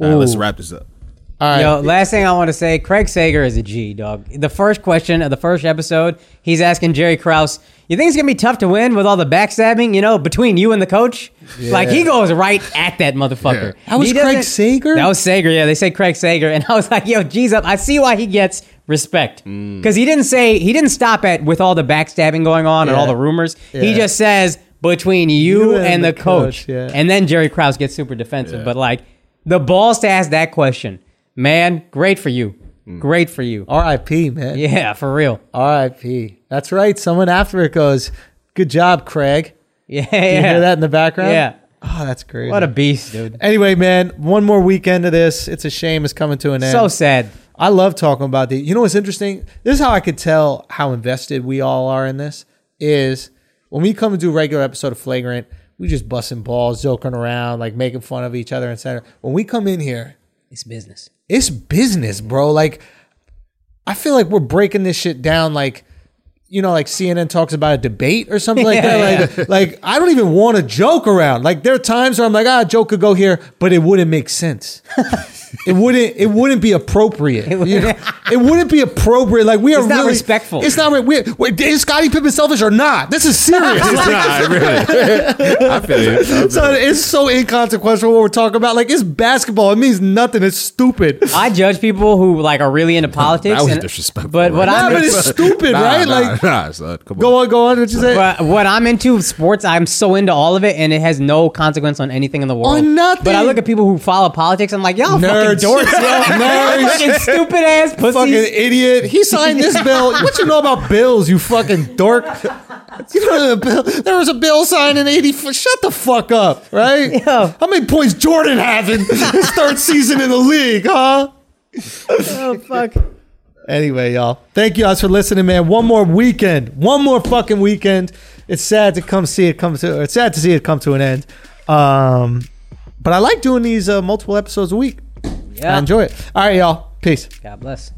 All right, let's
Ooh.
wrap this up.
All right.
Yo, last thing I want to say, Craig Sager is a G, dog. The first question of the first episode, he's asking Jerry Krause, you think it's going to be tough to win with all the backstabbing, you know, between you and the coach? Like, he goes right at that motherfucker.
That was
He
Craig
doesn't-
Sager?
That was Sager, yeah. They say Craig Sager. And I was like, yo, G's up. I see why he gets respect.
Mm.
Because he didn't say, he didn't stop at with all the backstabbing going on and all
Yeah.
the rumors. He
Yeah.
just says, between you, and, the, coach.
yeah.
And then Jerry Krause gets super defensive. But like the balls to ask that question, man, great for you.
Mm.
Great for you.
R.I.P. Man.
Yeah, for real.
R.I.P. That's right. Someone after it goes, "Good job, Craig."
Yeah.
You hear that in the background?
Yeah.
Oh, that's crazy.
What a beast, dude.
anyway, man. One more weekend of this. It's a shame it's coming to an end.
So sad.
I love talking about the. You know what's interesting? This is how I could tell how invested we all are in this. Is when we come and do a regular episode of Flagrant, we just busting balls, joking around, like making fun of each other, etc. When we come in here,
It's business.
it's business, bro. Like, I feel like we're breaking this shit down. Like, you know, like CNN talks about a debate or something like that. Like, like I don't even want to joke around. Like, there are times where I'm like, ah, a joke could go here, but it wouldn't make sense. it wouldn't. It wouldn't be appropriate. You know? It, wouldn't be appropriate. Like, we are
It's not
really-
respectful.
It's not. We're, we're, is Scottie Pippen selfish or not? This is serious.
It's not, really. I feel you. I feel
so
you.
it's so inconsequential what we're talking about. Like, it's basketball. It means nothing. It's stupid.
I judge people who like are really into politics.
That was
and-
disrespectful.
But what
Nah,
I'm
but it's stupid,
Nah,
right?
nah,
like,
nah, son, come
go on, go on. What you say?
But what I'm into sports, I'm so into all of it, and it has no consequence on anything in the world.
On nothing.
But I look at people who follow politics, I'm like, y'all
Nerds.
fucking dorks, yo.
Nerds.
fucking stupid ass pussies.
fucking idiot. He signed this bill. What you know about bills, you fucking dork? You know the bill. There was a bill signed in eighty. f- Shut the fuck up, right?
Yo.
How many points Jordan have in his third season in the league, huh?
oh fuck.
Anyway, y'all, thank you guys for listening, man. One more weekend, one more fucking weekend. It's sad to come see it come to. It's sad to see it come to an end. Um, but I like doing these uh, multiple episodes a week. I
Yeah.
enjoy it. All right, y'all. Peace.
God bless.